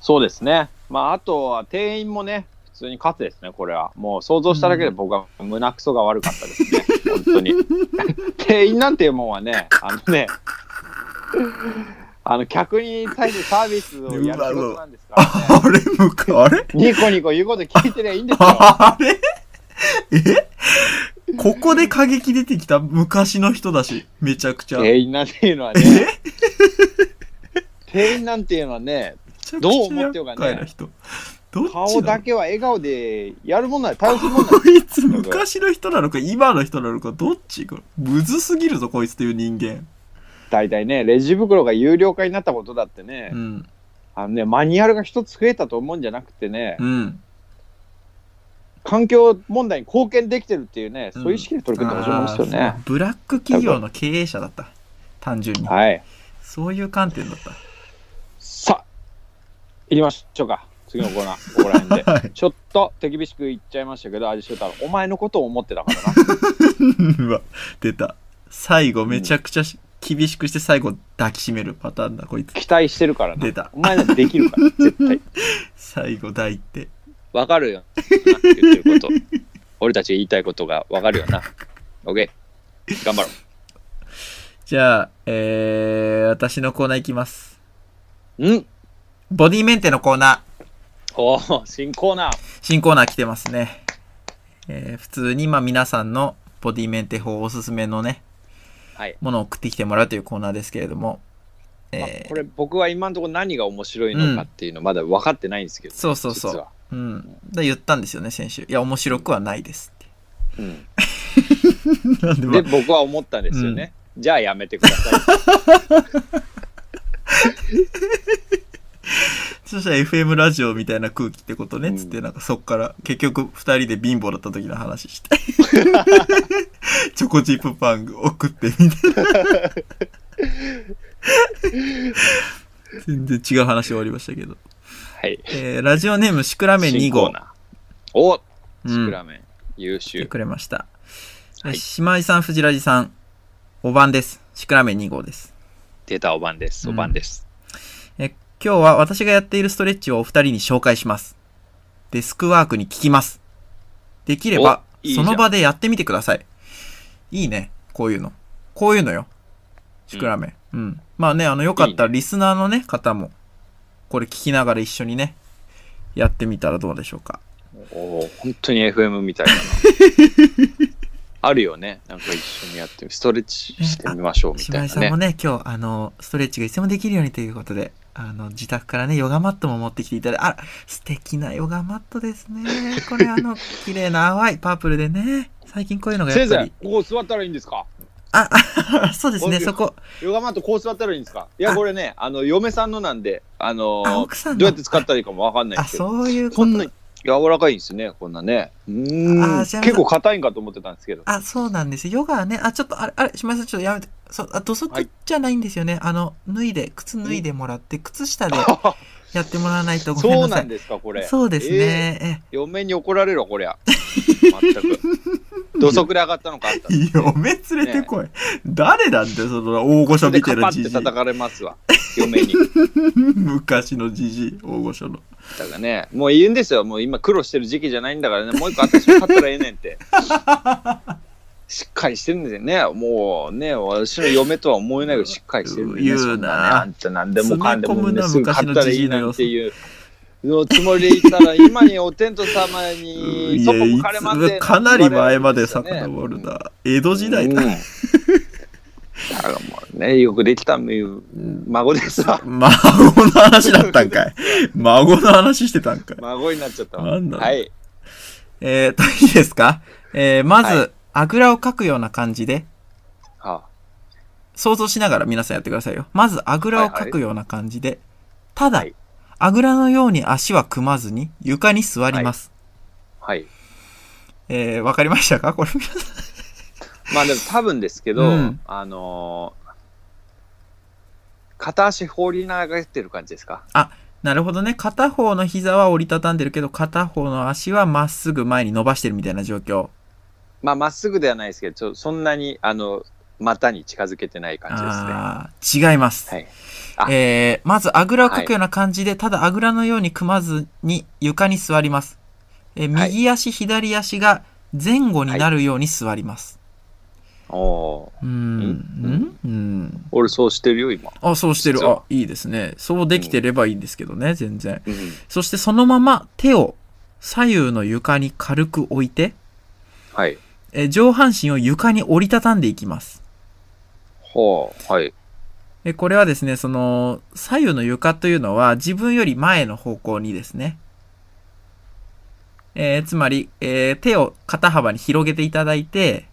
そうですね。まあ、あとは店員もね、普通に勝つですね、これは。もう想像しただけで僕は胸くそが悪かったですね、本当に。 [laughs] 店員なんていうもんは [laughs] ね、あのね、あの客に対してサービスをやる仕事なんですから [laughs] ね。あれ向か、あれニコニコ言うこと聞いてりゃいいんですよ。 [laughs] あれえここで過激出てきた昔の人だし、めちゃくちゃ。め店員なんていうのはね、店員なんていうのはね、ちゃくちどゃう思ってようがね厄介な人。どっち顔だけけは笑顔でやるもん [laughs] なら対応するもんならこいつ昔の人なのか今の人なのかどっちこれむずすぎるぞこいつという人間大体ね、レジ袋が有料化になったことだってね、うんあのね、マニュアルが一つ増えたと思うんじゃなくてね、うん環境問題に貢献できてるっていうね、そういう意識で取り組んでほしいもんですよあーねそう。ブラック企業の経営者だった単純にはい。そういう観点だったさあ、いきましょうか。次のコーナ [laughs] ー、ここら辺で。はいちょっと手厳しく言っちゃいましたけど、味し太郎、お前のことを思ってた [laughs] からな。うわ出た最後めちゃくちゃし厳しくして最後抱きしめるパターンだこいつ期待してるからな出。たお前なんてできるから、絶対。最後抱いてわかるよな。言ってるこ [laughs] と。俺たちが言いたいことがわかるよな。OK。頑張ろう。じゃあえー、私のコーナーいきますうんボディメンテのコーナーおお、新コーナー。新コーナー来てますね。えー普通にまあ皆さんのボディメンテ法おすすめのね、はいものを送ってきてもらうというコーナーですけれども、まあえーこれ僕は今のところ何が面白いのかっていうのまだ分かってないんですけど、そうそうそ実うは、うん、だ言ったんですよね先週いや面白くはないですっうんて [laughs] なんでまであ僕は思ったんですよね、じゃあやめてくだ [laughs] さいそしたら FM ラジオみたいな空気ってことね、うんつってなんかそっから結局2人で貧乏だった時の話して [laughs] チョコチップパン送ってみたいな全然違う話終わりましたけどはいえーラジオネームシクラメン2新コ号ーナーおっうんシクラメン、優来て秀くれました、はい姉妹さん藤ラジさんおばんですシクラメン2号です、データおばんですおばんです、えー今日は私がやっているストレッチをお二人に紹介しますデスクワークに効きますできればおいいじゃそんの場でやってみてくださいいいねこういうのこういうのよシクラメンうん、まあねあのよかったらリスナーのね方もこれ聞きながら一緒にねやってみたらどうでしょうかおお本当に FM みたい [laughs] だなあるよねなんか一緒にやってストレッチしてみましょうみた島い井なさんねもね今日あのストレッチがいつでもできるようにということであの自宅からねヨガマットも持ってきていただいてあら素敵なヨガマットですねこれあの綺麗な淡いパープルでね最近こういうのが先やっぱ生りここ座ったらいいんですかああ [laughs] そうですねそこヨガマットこう座ったらいいんですかいやあこれねあの嫁さんのなんであのあ奥さんのどうやって使ったらいいかもわかんないんあですけどそういうこことんな柔らかいんですね、こんなね。うーあん。ーじゃあ結構硬いんかと思ってたんですけど。あそうなんですよヨガはねあちょっとあれあれ島井さんちょっとやめてそうあ土は足いじゃないんですよね、あの脱いで靴脱いでもらって靴下でやってもらわないとごめん [laughs] そうななさんいですか、これ。そうですね、ええー。嫁に怒られるわ、こり [laughs] ゃ。全く。土足で上がったのかあったの。嫁連れてこい。誰なんだよ、その大御所で見てカるパっじてじい。叩かれますわ、嫁に。昔のじじい、大御所の。だからね、もう言うんですよ、もう今苦労してる時期じゃないんだからね、もう一個私も買ったらええねん [laughs] って。しっかりしてるんですよね。もうね、私の嫁とは思えないぐらいしっかりしてるんで、ね。言そうなんねあんたなんでもかんでも、詰め込むね、なすぐ買ったらいいなんていう。のつもりでいたら、今にお天道様に、 [laughs] いそこや、いもかれませつんかなり前まで遡るうんな。江戸時代だ。うんだからもうね、よくできた孫ですわ。孫の話だったんかい。孫の話してたんかい。孫になっちゃったわ。なんだろうはい。えーと、いいですかえーまはず、あぐらをかくような感じで、はあ想像しながら皆さんやってくださいよ。まず、あぐらをかくような感じで、ただはい、あぐらのように足は組まずに床に座ります。はい。えーわかりましたかこれ皆さんまあでも多分ですけど、うんあのー片足放り投げてる感じですかなるほどね。片方の膝は折りたたんでるけど、片方の足はまっすぐ前に伸ばしてるみたいな状況。まあまっすぐではないですけど、ちょそんなに、あの、股に近づけてない感じですね。ああー、違います。はい。えー、まずあぐらをかくような感じで、ただあぐらのように組まずに床に座ります。えーはい右足、左足が前後になるように座ります。おーうーん。うんうん。俺そうしてるよ、今。あ、そうしてる。実あは、いいですね。そうできてればいいんですけどね、全然。うん。そしてそのまま手を左右の床に軽く置いて、はい。えー上半身を床に折りたたんでいきます。ほう。はい。えーこれはですね、その、左右の床というのは自分より前の方向にですね、えーつまり、えー手を肩幅に広げていただいて、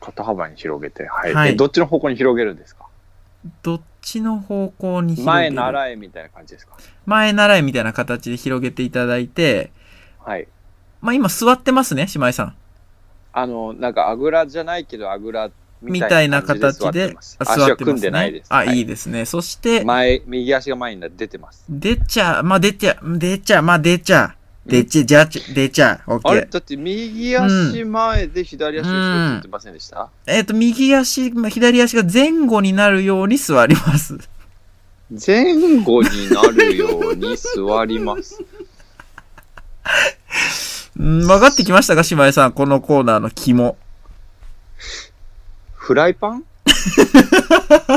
肩幅に広げて。はい。はえいどっちの方向に広げるんですかどっちの方向に広げ前る習えみたいな感じですか前習いみたいな形で広げていただいて、はい。まあ今座ってますね、姉妹さん。あの、なんかあぐらじゃないけど、あぐらみみたたいいなな感じで形座ってでます。あ足は組んでないです。あ、いいい。ですね。そして、前、右足が前に出てます。出ちゃう、まあ出ちゃう、出ちゃう、まあ出ちゃう、出ちゃう、じゃあち出ちゃう、オッあれケー。だって右足前で左足後ろって言ってませんでした、えっ、と、右足、まあ左足が前後になるように座ります。 [laughs] 前後になるように座り [laughs] ます。うん、分かってきましたか、姉妹さん、このコーナーの肝。フライ [laughs] パン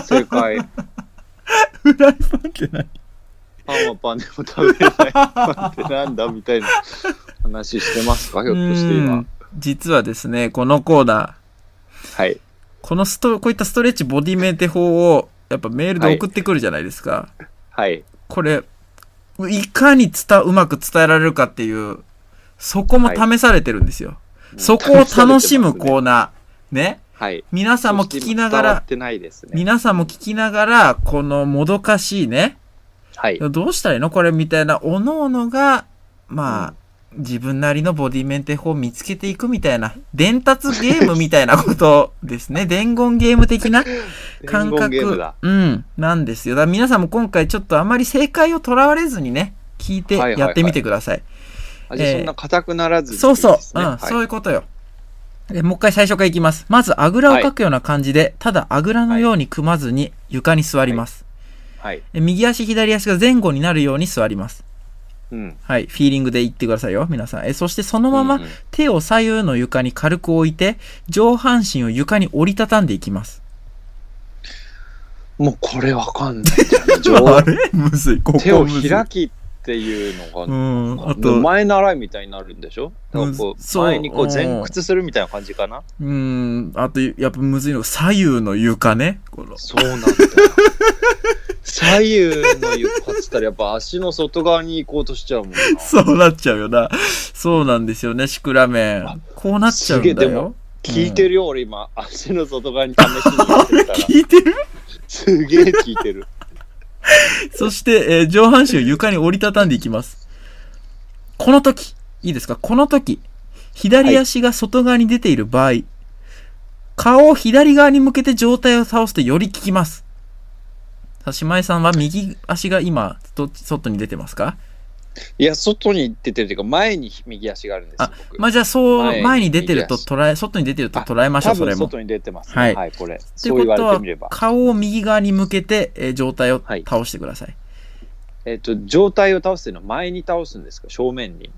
正解。フライパンって何パンはパンでも食べれないパンってなんだみたいな話してますかひょっとして今。実はですね、このコーナー、はい。このスト、こういったストレッチボディメンテ法を、やっぱメールで送ってくるじゃないですか。はい。これ、いかに伝、うまく伝えられるかっていう、そこも試されてるんですよ。 [laughs] そこを楽しむコーう。ナー。ね。はい。皆さんも聞きなが伝わらっ、てないですね。皆さんも聞きながら、このもどかしいね、はい。どうしたらいいのこれみたいな、おのおのが、まあ、自分なりのボディメンテ法を見つけていくみたいな、伝達ゲームみたいなことです [laughs] ね。伝言ゲーム的な感伝言ゲーム覚だ。。うん、なんですよ。だから皆さんも今回ちょっとあまり正解をとらわれずにね、聞いてはいはいはいやってみてください。あじゃあえーそんな硬くならずにいいそうそう、ですうねん、はいそういうことよ。でもう一回最初からいきます。まず、あぐらをかくような感じで、ただあぐらのように組まずに床に座ります。はい。え右足、左足が前後になるように座ります。うん。はい、フィーリングで言ってくださいよ、皆さん。え、そしてそのまうまんうん手を左右の床に軽く置いて、上半身を床に折りたたんでいきます。。もうこれわかんない [laughs] あれむずい、ここ手をむずい開きっていうのうが、ん、あもうと、前習いみたいになるんでしょだからこうんうそう前にこう前屈するみたいな感じかなうん、あと、やっぱむずいのが左右の床ね。このそうなんだよ左右の床っつったらやっぱ足の外側に行こうとしちゃうもんなそうなっちゃうよな。そうなんですよね、シクラメン。こうなっちゃうんすげだえでよも。聞いてるよ俺今足の外側に試しにやってみたら聞いてるすげえ聞いてるそして、えー上半身を床に折りたたんでいきます。この時、いいですかこの時、左足が外側に出ている場合、顔を左側に向けて上体を倒すとより効きます。さしまえさんは右足が今、どっち外に出てますかいや外に出てるっていうか前に右足があるんですよあ僕まあじゃあそう、前前に出てると右足捉え、外に出てると捉えましょ多う、それ分も。外に出てますねはいはいこれといそう言うこわとれてはみれば、顔を右側に向けて、えー上体をはい倒してください。えっと上体を倒すっていうのは前に倒すんですか正面に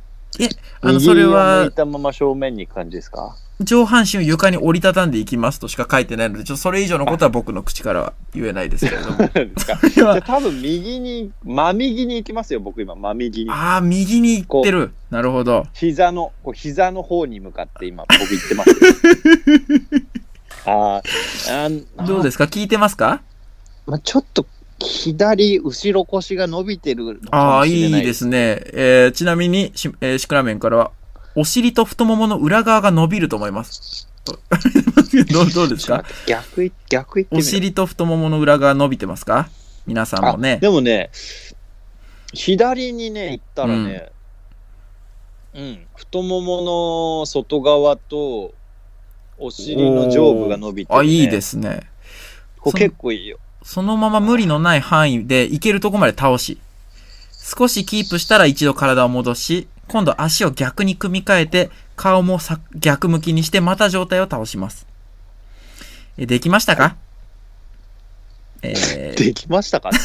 あの、それ右を向、はいたまま正面に行く感じです [laughs] か上半身を床に折りたたんでいきますとしか書いてないので、ちょっとそれ以上のことは僕の口からは言えないですけれども。ですかそれじゃあは多分右に、真右に行きますよ、僕今、真右に。ああ、右に行ってる。なるほど。膝の、こう膝の方に向かって今、僕行ってます [laughs] よ。あーあんあー、どうですか聞いてますかまあ、ちょっと左、後ろ腰が伸びてるのかああもー、しれいないですね。えーちなみにし、えーシクラメンからは、お尻と太ももの裏側が伸びると思います。 [laughs] とどうどうですちょっとか待って逆い、逆行ってみおる尻と太ももの裏側伸びてますか皆さんもねあ。でもね、左にね、行ったらね、うん、太ももの外側と、お尻の上部が伸びてる、ね。。あ、いいですすね。これ結構いいよ。そのまま無理のない範囲で行けるとこまで倒し、少しキープしたら一度体を戻し、今度足を逆に組み替えて、顔もさ逆向きにしてまた状態を倒します。えできましたかえーできましたかね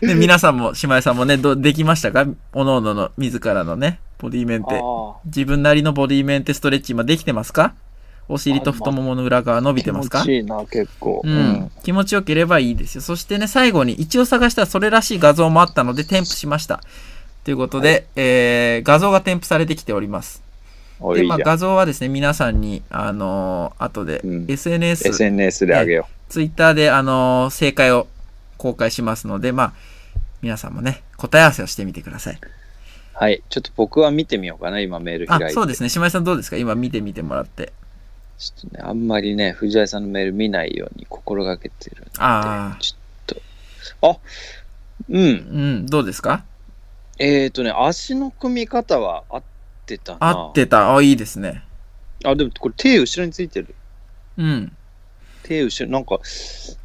で皆さんも、姉妹さんもね、どできましたかおのおのの自らのね、ボディメンあテ。ー自分なりのボディメンテストレッチ今できてますかお尻と太ももの裏側伸びてますか気持ちいいな、結構。うん、気持ちよければいいですよ。そしてね、最後に一応探したらそれらしい画像もあったので添付しました。ということで、えー画像が添付されてきております。おいで、いじまゃあ、ん。画像はですね、皆さんに、あのー後で、うん SNS、 SNS であげよ Twitter で、あのー正解を公開しますので、まあ、皆さんもね、答え合わせをしてみてください。う。はい。ちょっと僕は見てみようかな、今メール開いあて。、そうですね。島井さんどうですか今見てみてもらって。ちょっとね、あんまりね、藤井さんのメール見ないように心がけてるんで、ああ、ちょっと。あ、うん。うん、どうですかえっ、ー、とね、足の組み方は合ってたな。合ってた。あ、いいですね。あ、でもこれ手後ろについてる。うん。手後ろ、なんか、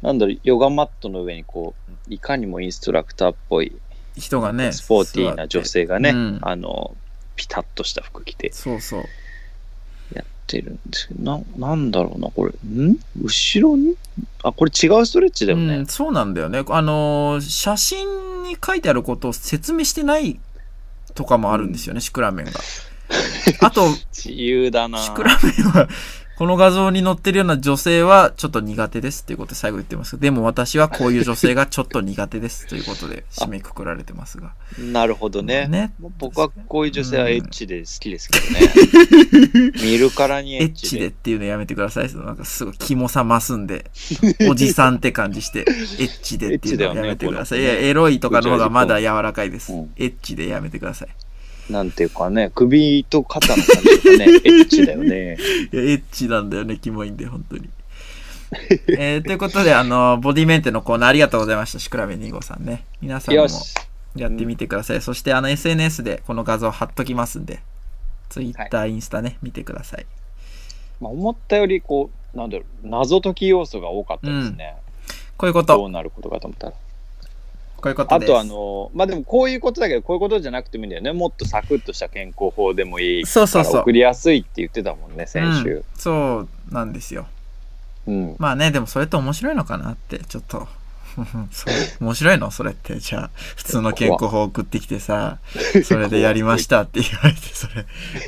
なんだろう、ヨガマットの上にこう、いかにもインストラクターっぽい、人がね、スポーティー座っなて女性がね、うんあの、ピタッとした服着てそうそう。やってるんですけど、ななんだろうな、これ、ん後ろにあ、これ違うストレッチだようねん、。そうなんだよね。あのー、写真に書いてあることを説明してないとかもあるんですよね、シクラメンが。[laughs] あと、自由だな。シクラメンは、この画像に載ってるような女性はちょっと苦手ですっていうことで最後言ってますけど、でも私はこういう女性がちょっと苦手ですということで締めくくられてま [laughs] すが。なるほどね。ね。もう僕はこういう女性はエッチで好きですけどね。 [laughs] 見るからにエエッッチチででっ。ていうのやめてください。そのなんかすごいキモさ増す [laughs] んで、おじさんって感じして、エッチでっていうのをやめてください。エいッチだや、よねエロいとかの方がまだ柔らかいですうん。エッチでやめてください。なんていうかね、首と肩の感じ [laughs] とかね、エッチだよね。いや、エッチなんだよね、キモいんで、本当に。えーということで、あの、ボディメンテのコーナーありがとうございました。シクラメ2号さんね。皆さんもよし。やってみてください。そして、あの、SNS でこの画像貼っときますんで、Twitter、インスタね、見てください。まあ、思ったより、こう、なんだろう、謎解き要素が多かったですね。こういうこどと、うなることかと思ったら。こういうことあです。と、あの、まあでもこういうことだけど、こういうことじゃなくてもいいんだよね。もっとサクッとした健康法でもいい。そうそうそう送。りやすいって言ってたもんね、先う週ん。そうなんですよ。うん。まあね、でもそれって面白いのかなって、ちょっと。 [laughs] そう面白いのそれって。じゃあ、普通の健康法送ってきてさ、それでやりましたって言われて、そ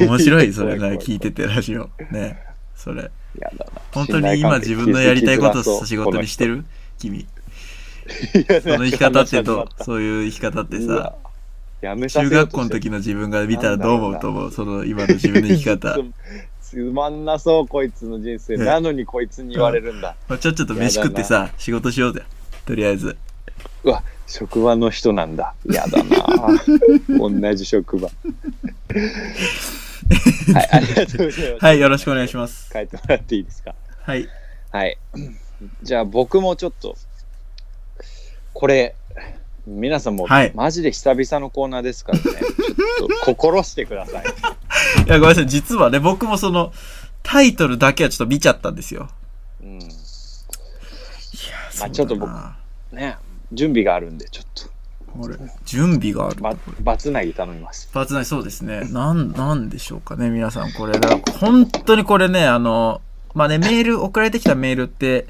れ、面白 [laughs] い、それ怖い怖な、い怖い聞いてて、ラジオ。ね。それ。 [laughs] やだな本当に今自分のやりたいことを仕事にしてる。る君。いやその生き方ってなんど [laughs] かう、そういう生き方ってうわさ、やめさせ中ようと学校のして時の自分が見たらどう思うと思うその今の自分の生き方。 [laughs] つつまんなそうこいつの人生ねなのにこいつに言われるんだ、まあちょ、ちょっと飯食ってさ、仕事しようぜ。とりあえず。職場の人なんだやだ [laughs] な同じ職場はいありがとうございますはい、よろしくお願いします。書いてもらっていいですかはい。はいじゃあ僕もちょっとこれ皆さんも、はいマジで久々のコーナーですからねちょっと心してくださいいや、ごめんなさい。実はね、僕もその、タイトルだけはちょっと見ちゃったんですよ。うんいや、まあちょっと僕ね準備があるんでちょっと俺、準備がある。ばバツナギ頼みますバツナイそうですね。なん、なんでしょうかね、皆さん。これ、だから本当にこれね、あの、まあね、メール、送られてきたメールって、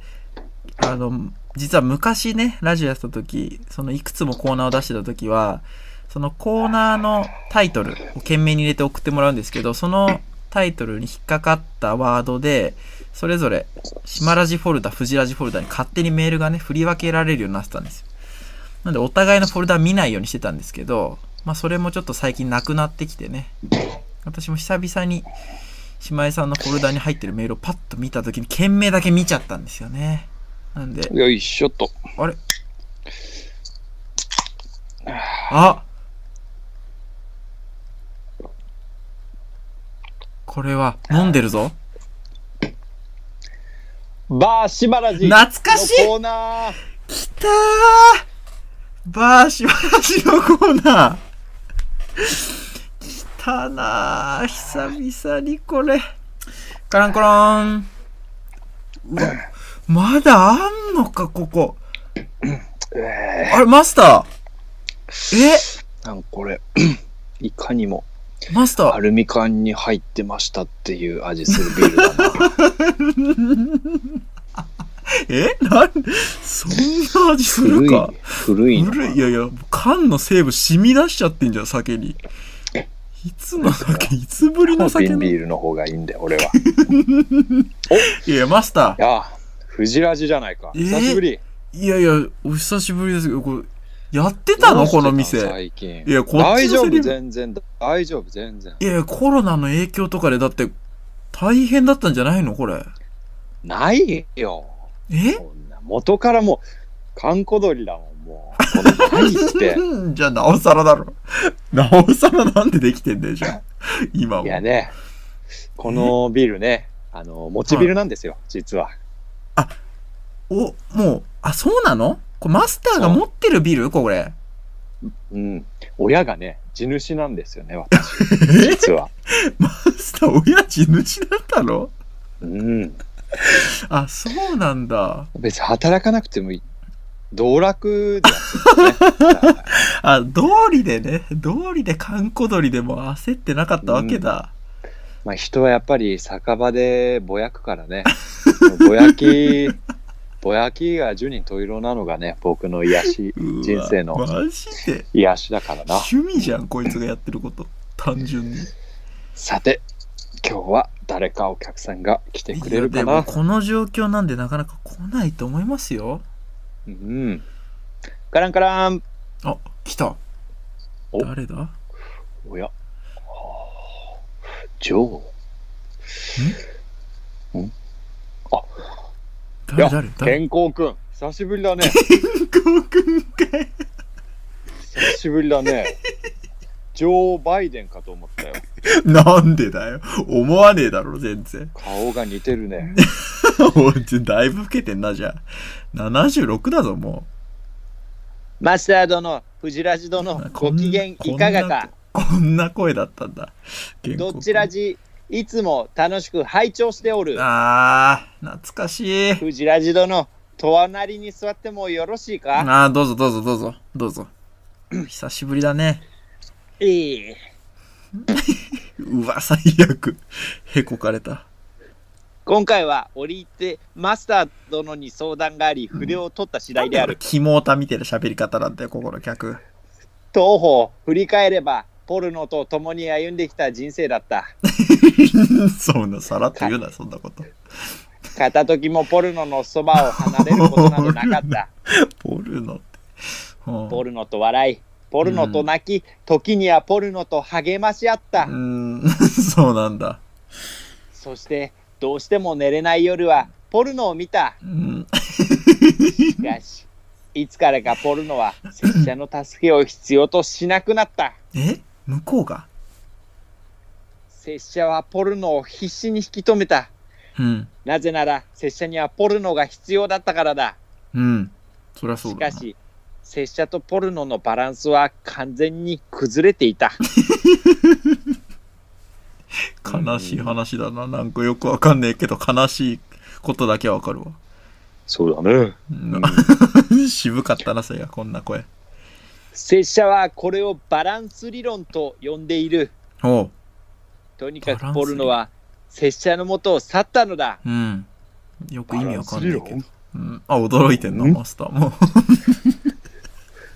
あの、実は昔ね、ラジオやってた時、そのいくつもコーナーを出してた時は、そのコーナーのタイトルを懸命に入れて送ってもらうんですけど、そのタイトルに引っかかったワードで、それぞれ、島ラジフォルダ、フジラジフォルダに勝手にメールがね、振り分けられるようになってたんですよ。なんで、お互いのフォルダ見ないようにしてたんですけど、まあ、それもちょっと最近なくなってきてね。私も久々に、姉妹さんのフォルダに入ってるメールをパッと見たときに、件名だけ見ちゃったんですよね。なんで、よいしょっとあれあこれは飲んでるぞバーシバラジ懐かしいのコーナーきたーバーシバラシのコーナーきたなー久々にこれカランコロンうわまだあんのかここえあれマスターーなんかこれ [clears throat] いかにもえマスターアルミ缶に [laughs] 入ってましたっていう味するビールだなえなん、そんな味す古るいかね。古いな古い。いやいや、缶の成分染み出しちゃってんじゃん、酒に。いつの酒、いつぶりの酒瓶の。いビールの方がいいんだよ、俺 [laughs] は。や、マスター。ああ、藤ラジじゃないか。えー久しぶり。いやいや、お久しぶりですけど、これ、やってたどうのしてこの店。最近。いや、こっ大ち丈の夫、セリフ。全然。大丈夫、全然。いやいや、コロナの影響とかで、だって、大変だったんじゃないのこれ。ないよ。えこんな元からもう、閑古鳥だもん、もう。この何って。 [laughs] じゃあ、なおさらだろ。 [laughs] なおさらなんでできてんだよ、[laughs] じゃあ。今も。いやね、このビールね、あの、もちビールなんですよ、実は。お、もう、あ、そうなのこれマスターが持ってるビルこれ。 [laughs] うん。親がね、地主なんですよね、 [laughs] 私、実は。マスター、親父主だったのうん。あ、そうなんだ。別に働かなくてもいい。道楽でやってるんですねだからあ、道理でね、道理で観光鳥でも焦ってなかったわけだ。まあ人はやっぱり酒場でぼやくからね、そのぼやき、 [laughs] ぼやきが十人十色なのがね、僕の癒し、うわ人生のマジで。癒しだからな。趣味じゃん、こいつがやってること。単純に。さて、今日は誰かお客さんが来てくれるかいやでもな。この状況なんでなかなか来ないと思いますよ。うん。カランカラン。あ、来た。お誰だおや。ジョー。んい誰や誰誰健康くん。久しぶりだね。健康くんかい久しぶりだね。ジョー・バイデンかと思ったよ。なんでだよ。思わねえだろ、全然。 [laughs] 顔が似てるね。おいだいぶ老けてんな、じゃあ。76だぞ、もマスター殿、藤ラジ殿う。、 [laughs] ご機嫌いかがか。こんなこんな声だったんだ。健康どちらじ、いつも楽しく拝聴しておる。あー、懐かしい。藤ラジ殿、隣に座ってもよろしいかあー、どうぞどうぞどうぞ、ど [laughs] うぞ。久しぶりだね。いい。うわ、最悪。へこかれた。今回は折り入ってマスター殿に相談があり筆を取った次第である、肝オタみたいな喋り方なんだよ、ここの客。 [laughs] 当方振り返ればポルノと共に歩んできた人生だったそんな、さらっと言うな、そんなこと。片時もポルノのそばを離れることなどなかったポルノって。うんポルノと笑いポルノと泣き、時にはポルノと励まし合った、うーん、 [laughs] そうなんだ。そしてどうしても寝れない夜はポルノを見たうん、しかしいつからかポルノは拙者の助けを必要としなくなったえ向こうが拙者はポルノを必死に引き止めたうん。なぜなら、拙者にはポルノが必要だったからだ。うん。そりゃそしうだかな。し、拙者とポルノのバランスは完全に崩れていた。悲しい話だな。なんかよくわかんねえけど、悲しいことだけはわかるわ。そうだね。うん、 [laughs] 渋かったな、それが、こんな声。拙者はこれをバランス理論と呼んでいる。おう。とにかくバランス理論ポルノは拙者のもとを去ったのだ。うん。よく意味わかんないバけランど。うん、あ、驚いてんな、んマスターも。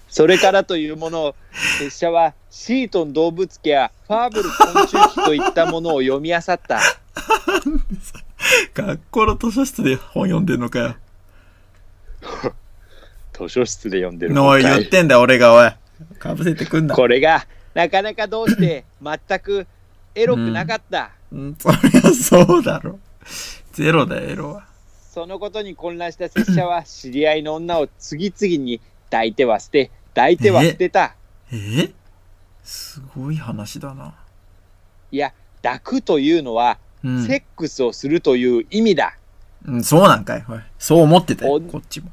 それからというもの [laughs] を、拙者はシートン動物家やファーブル昆虫記といったものを読み漁った。学校の図書室で本読んでんのかよ。図書室で読んでるおい、言ってんだよ、俺が、おい。かぶせてくんな。これがなかなかどうして全くエロくなかった。うん、そりゃそうだろ。ゼロだよ、エロは。そのことに混乱した拙者は知り合いの女を次々に抱いては捨て、抱いては捨てた。えすごい話だな。いや、抱くというのは、うん。セックスをするという意味だ。うん、そうなんかい。おいそう思ってたよ、おこっちも。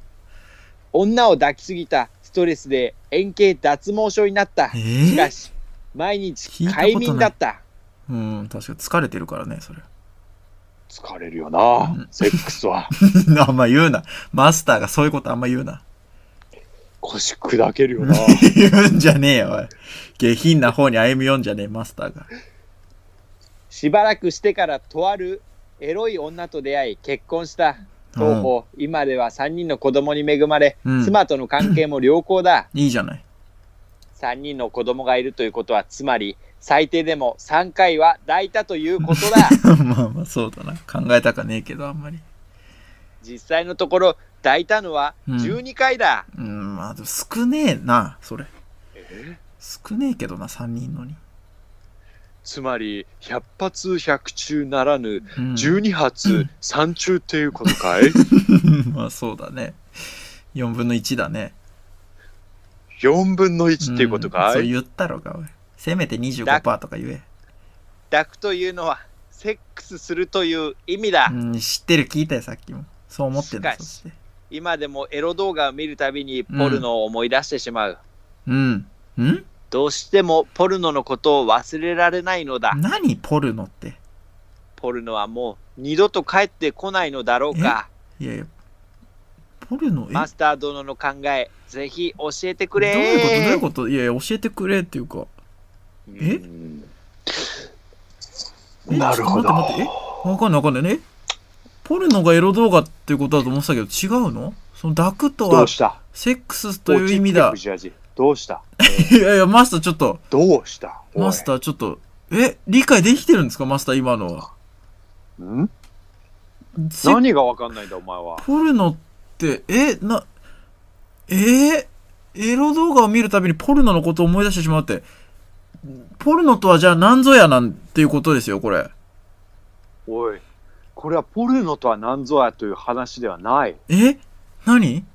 女を抱きすぎたストレスで円形脱毛症になったえ。しかー、し、毎日聞いたことない快眠だった。うん、確かに疲れてるからね、それ。 [laughs] 疲れるよな、セックスは。あんま言うな。マスターがそういうことあんま言うな。腰砕けるよな。 [laughs] 言うんじゃねえよ、おい。下品な方に歩み寄んじゃねえ、マスターが。しばらくしてからとあるエロい女と出会い結婚した。東方、今では3人の子供に恵まれ、うん妻との関係も良好だ。いいじゃない。 [laughs] 3人の子供がいるということは、つまり、最低でも3回は抱いたということ [laughs] だ。まあまあ、そうだな。考えたかねえけど、あんまり。実際のところ、抱いたのはうん12回だ。うん、まあ、でも少ねえな、それ。少ねえけどな、3人のに。つまり、100発100中ならぬ、うん、 12発3中っていうことか [laughs] いまあ、そうだね。4分の1だね。 ?4 分の1うんそう言ったろか、おいせめて25%とか言え。抱くというのは、セックスするという意味だ。うん、知ってる、聞いたよ、さっきも。そう思ってんだ、しそかしして。今でもエロ動画を見るたびにポルノを思い出してしまう。うん。んどうしてもポルノのことを忘れられないのだ。何ポルノって。ポルノはもう二度と帰ってこないのだろうか。いやいや、ポルノ、えマスター殿の考え、ぜひ教えてくどういれうことどういうこといやいや、教えてくれっていうか。えうんえなるほどちょっと待って待って、えわかんないわかんない。えポルノがエロ動画っていうことだと思ってたけど、違うのその抱くとどはう、したセックスという意味だ落。ち着け藤味どうしたいやいや、マスターちょっと、どうしたおいマスターちょっと、え、理解できてるんですかマスター今のは。んセ何がわかんないんだお前は。ポルノって、え、な、えーエロ動画を見るたびにポルノのことを思い出してしまうって、ポルノとはじゃあ何ぞやなんていうことですよ、これ。おい、これはポルノとは何ぞやという話ではない。え何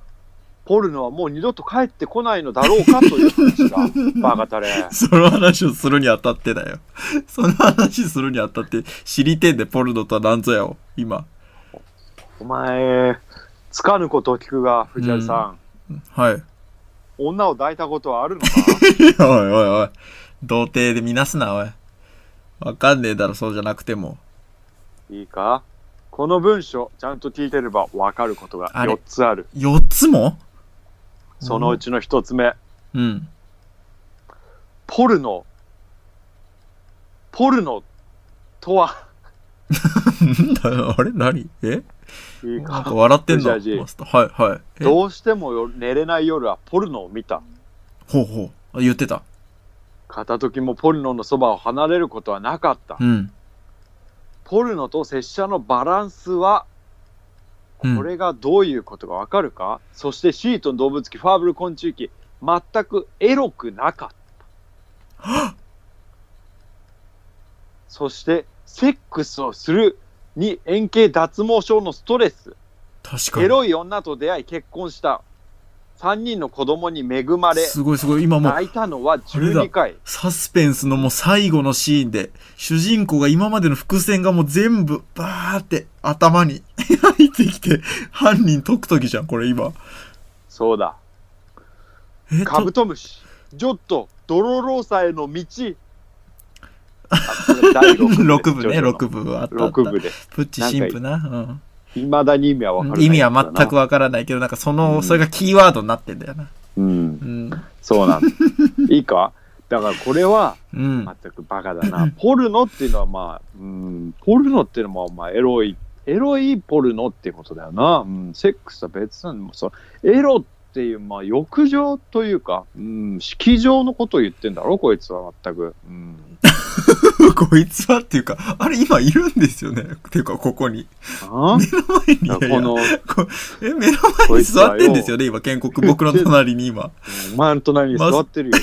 ポルノはもう二度と帰ってこないのだろうかという話 [laughs] だ。バカタレ。その話をするにあたってだよ。その話するにあたって知りてんで、ポルノとは何ぞやを、今。お前、つかぬことを聞くが、藤原さはい。おん,、い女を抱いたことはあ [laughs] るのかおいおい。童貞で見なすな、おい。わかんねえだろ、そうじゃなくても。いいかこの文章、ちゃんと聞いてればわかることがあれ4つある。四つもそのうちの1つ目、うん。ポルノ。ポルノとは、なんだよ、あれ何えいいなかんか笑ってんだ。ジャージマスターはいはい。えどうしてもよ寝れない夜はポルノを見た。ほうほう。あ言ってた。片時もポルノのそばを離れることはなかった。うん。ポルノと拙者のバランスは、うんこれがどういうことがわかるか、そしてシートの動物記ファーブル昆虫記全くエロくなかったそしてセックスをするに円形脱毛症のストレス確かに。エロい女と出会い結婚した3人の子供に恵まれすごいすごい。今もう、泣いたのは12回サスペンスのもう最後のシーンで、主人公が今までの伏線がもう全部、バーって頭に [laughs] 入ってきて、犯人解くときじゃん、これ今。そうだえっカブと、トムシジョットドロローサへの [laughs] 道あこれ第6 6部ね、6部あったあった。 6部でプッチ神父な。いまだに意味はう分んからうん。ない意味は全くわからないけど、なんかその、うんそれがキーワードになってんだよな。うんうん。そう [laughs] なんだいいかだからこれはうん。全くバカだなポルノっていうのはまあうんポルノっていうのもまあエロいエロいポルノっていうことだよな、うん、セックスとは別なんでもうそのエロっていうまあ欲情というか、うん、色情のことを言ってんだろこいつは全く、 [laughs] うん、こいつはっていうか、あれ今いるんですよね。っていうか、ここに。あ前にいだやからいやこのこえ、目の前こにいつは座よってんですよね、今、建国、僕の隣に今。お前の隣に座ってる [laughs] よ、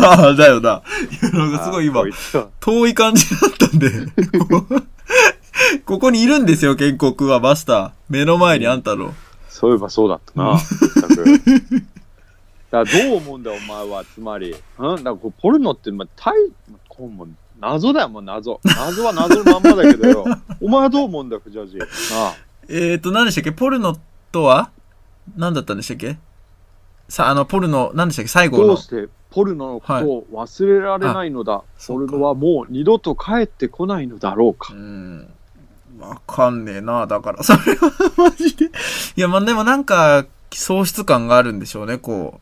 ああ、だよな。いや、なん今かすごい今こ、つは遠い感じだったんで。こうここにいるんですよ、建国は、マスター。目の前にあんたの。そういえばそうだったな、全く。 [laughs] だからどう思うんだよ、お前は。つまり、んだからこうポルノって、まあ、タイ、こうもう謎だよ、もう謎。謎は謎のまんまだけどよ。お前はどう思うんだよ、藤ジなあえーと、何でしたっけポルノとは何だったんでしたっけさ、あの、ポルノ、何でしたっけ最後どうの。してポルノのことを忘れられないのだ、そポうルかノはもう二度と帰ってこないのだろうか。うん。わかんねえな、だから。それは、マジで。いや、まあ、でもなんか、喪失感があるんでしょうね、こ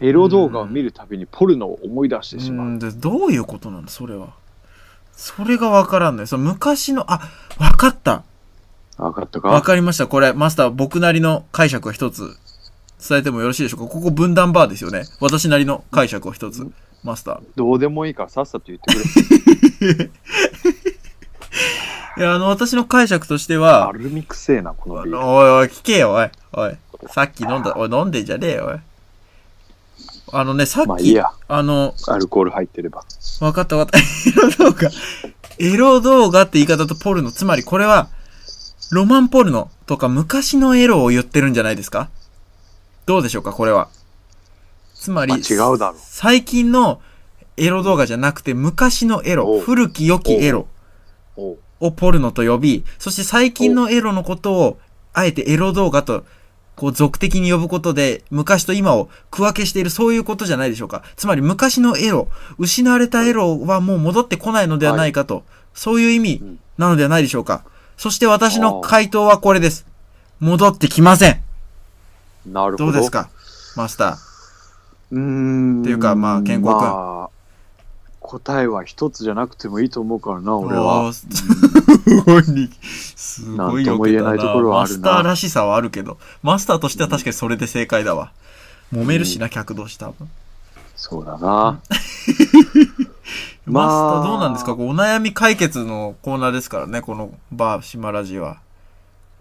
エロ動画を見るたびにポルノを思い出しう。てしまう。うんで、どういうことなの、それは。それがわからんのよ。その昔の、あ、わかった。分かったわかかりました。これ、マスター、僕なりの解釈を一つ伝えてもよろしいでしょうかここ分断バーですよね。私なりの解釈を一つ。マスタどうでもいいからさっさと言ってくれ。ー。いや、あの、私の解釈としてアは、ルミくせえな、このおビいール。おい、聞けよ、おい。おい。さっき飲んだ、おい、飲んでんじゃねえよ、おい。あのね、さっまあいいき、や、あの、アルコール入ってれば。わかったわかった。エロ動画。エロ動画って言い方とポルノ。つまりこれは、ロマンポルノとか昔のエロを言ってるんじゃないですかどうでしょうかこれは。つまり、まあ違うだろう最近のエロ動画じゃなくて昔のエおロ、う古き良きエロおうをポルノと呼び、そして最近のエロのことを、あえてエロ動画と、こう、俗的に呼ぶことで、昔と今を区分けしている、そういうことじゃないでしょうか。つまり、昔のエロ、失われたエロはもう戻ってこないのではないかと、そういう意味うんなのではないでしょうか。そして私の回答はこれです。戻ってきません。なるほど。どうですかマスタうーん。っていうかまあ健康君まあ答えは一つじゃなくてもいいと思うからな、ー。俺はお。ー。すごい、すごいよけたなんとも言えないところはあマるスなターらしさはあるけど、マスターとしては確かにそれで正解だわ。揉めるしな、客同士多分。そうだな。[laughs] まあマスターどうなんですかこうお悩み解決のコーナーですからね、このバー、シマラジは。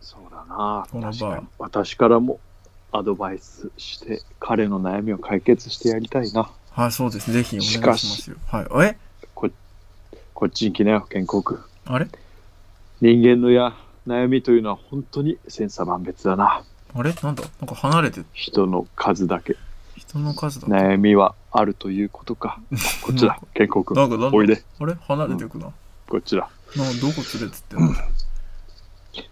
そうだな。この確か場に私からもアドバイスして、彼の悩みを解決してやりたいな。はい、そうです。ぜひお願いししまかすしよ。はい。えこっちに来なよ、健康君。あれ人間のや悩みというのは本当に千差万別だな。あれなんだなんか離れて、人の数だけ人の数だ。悩みはあるということか。こっち [laughs] だ、健康君。なんか、なんだおいで、あれ離れていくな。こっちだ。なんどこ連れてってんの、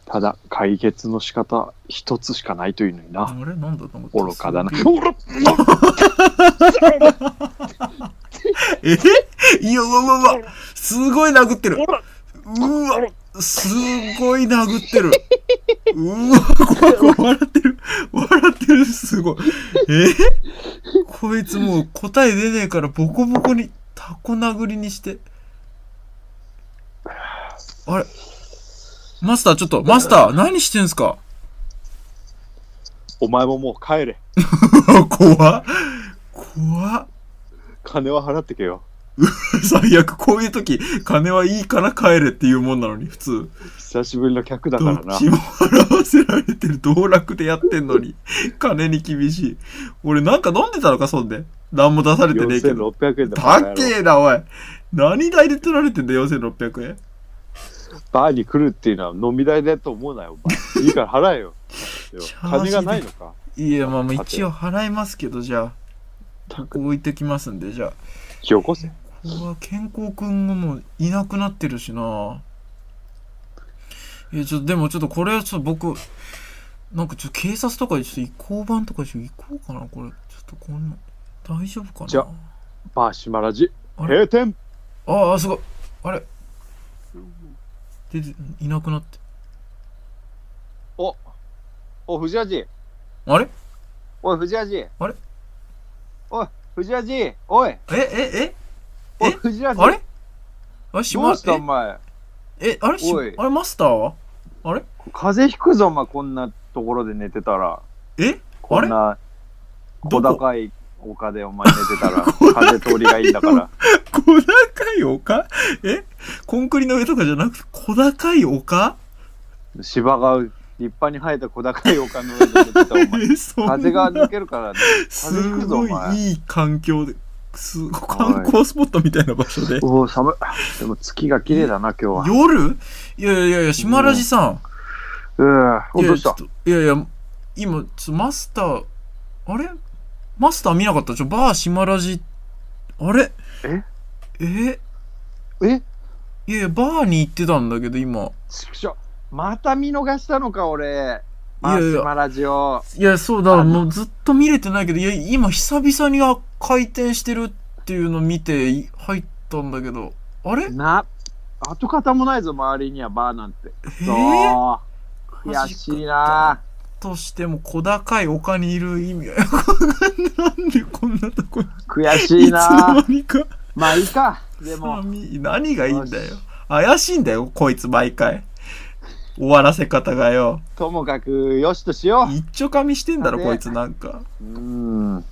ただ、解決の仕方一つしかないというのにな。あれなんだなん愚かだな。すげええ [laughs] いや、うわうわうわ。すごい殴ってる。うわ。すごい殴ってる。うわ、怖い怖い笑ってる。笑ってる。すごい。えこいつもう答え出ねえからボコボコに、タコ殴りにして。あれマスター、ちょっと、マスター、何してんすか [laughs] [laughs] お前ももう帰れ。怖っ怖っ [laughs] 金は払ってけよ。最悪こういう時金はいいから帰れっていうもんなのに普通久しぶりの客だかどらっなち。も払わせられてる道楽でやってんのに [laughs] 金に厳しい俺なんか飲んでたのかそんで何も出されてねえけど4600円だ高えなおい何代で取られてんだ4600円バーに来るっていうのは飲み代だと思うなよ、お前。いいから払えよ。 [laughs] チャー金ジでがないのか。いやまあまあ一応払いますけどじゃあ置いてきますんでじゃあよこせ。うわ健康くんがもういなくなってるしなえちょでもちょっとこれはちょっと僕なんかちょっと警察とかにちょっと移行版とかし行こうかなこれちょっとこんな大丈夫かなじゃバーシマラジ、あれ閉店ああすごいあれ出ていなくなってお、お、藤アジ、あれおい、藤アジ。あれおい、藤アジ、おい、えええおい、え藤アジ。あれあれしどまうした、お前。ええあれしおいあれマスターはあれ風邪ひくぞ、お前、こんなところで寝てたら。えあこれんな、ど小こ高い丘でお前寝てたら、 [laughs] 風通りがいいんだから。小高い丘えコンクリの上とかじゃなくて小高い丘芝が立派に生えた小高い丘の上で寝てた、お前。えそんな風が抜けるから、ね、風す邪ひくぞごおい前いい環境で、す観光スポットみたいな場所で。おお寒いでも月が綺麗だな今日は夜いやいやいや、島ラジさうーん。おいどやうしたちょっといやいや、今、ちょマスター、あれマスター見なかったちょ、バー島ラジ、あれえええいやいや、バーに行ってたんだけど、今。ちくしょまた見逃したのか俺いやマいやシュマラジオいや、そうだ、あもうずっと見れてないけど、いや、今、久々にあ回転してるっていうの見て、い入ったんだけど、あれな跡形もないぞ周りにはバーなんてえそう、ー悔しいなとしても小高い丘にいる意味が [laughs] なんでこんなとこ悔にしいいつのな間にかまあいいかでも何がいいんだよよ怪しいんだよこいつ毎回終わらせ方がよ。ともかく、よしとしよ一丁噛みしてんだろ、ねこいつなんか。う。うん。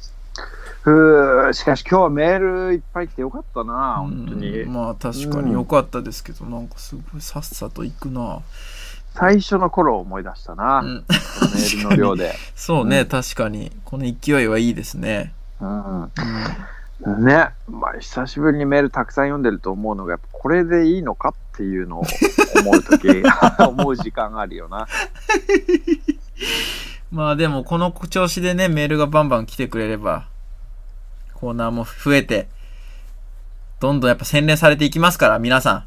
ふうしかし今日はメールいっぱい来てよかったな、本当に。うんまあ確かに良かったですけど、なんかすごいさっさと行くな。最初の頃を思い出したな、うこん、のメールの量で。 [laughs] そうね、う確かに。この勢いはいいですね。うんうんね、まあ久しぶりにメールたくさん読んでると思うのが、やっぱこれでいいのかっていうのを思う時 [laughs] 思う時間があるよな。まあでもこの調子でね、メールがバンバン来てくれれば、コーナーも増えて、どんどんやっぱ洗練されていきますから、皆さん、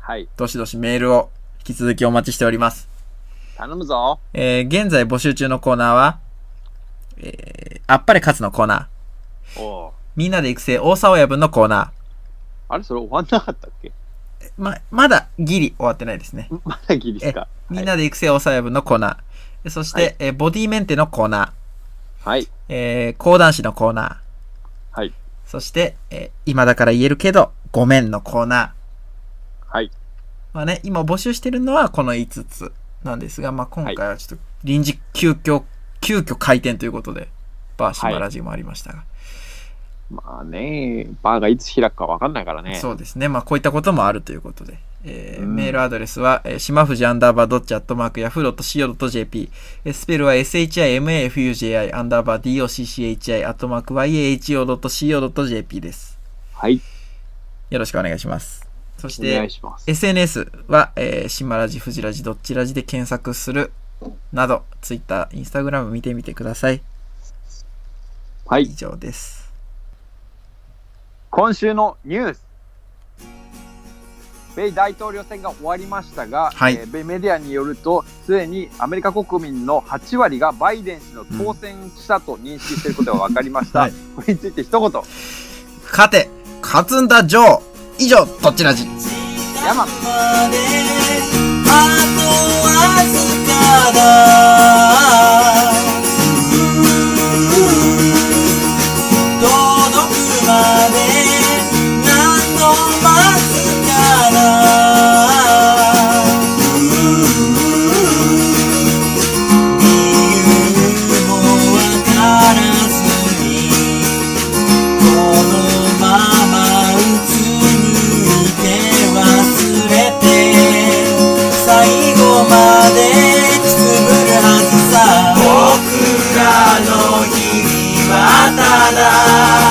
はい、どしどしメールを引き続きお待ちしております。頼むぞ。えー、現在募集中のコーナーは、えー、あっぱれ勝つのコーナー、おうみんなで育成大沢親分のコーナあれそれ終わんなかったっけー、ま、まだギリ終わってないですね。まだギリスか。みんなで育成大沢親分のコーナー、そして、はいえーボディメンテのコーナー、はい。えー、講談師のコーナー。はい。そして、えー今だから言えるけど、ごめんのコーナー。はい。まあね、今募集してるのはこの5つなんですが、まあ今回はちょっと臨時急遽、急遽開店ということで、バーシマラジもありましたが、まあね、バーがいつ開くかわかんないからね。そうですね。まあこういったこともあるということで。えーうんメールアドレスは、えー、しまふじアンダーバードッチアットマークヤフー .co.jp、えースペルは shimafuji アンダーバー docchi アットマーク yaho.co.jp です。はい。よろしくお願いします。そしお願てい、します。 SNS は、えー、しまラジ、ふじラジ、どっちラジで検索するなど、Twitter、Instagram 見てみてください。は以い。上です。今週のニュース。米大統領選が終わりましたが、はいえー米メディアによると、すでにアメリカ国民の8割がバイデン氏の当選したと認識していることが分かりました。はいこれについて一言、勝て勝つんだ、ジョー以上、どっちラジ山あとわずかだ届くまで何度待つかな理由もわからずにこのままうつむいて忘れて最後までくすぶるはずさ僕らの日々はただ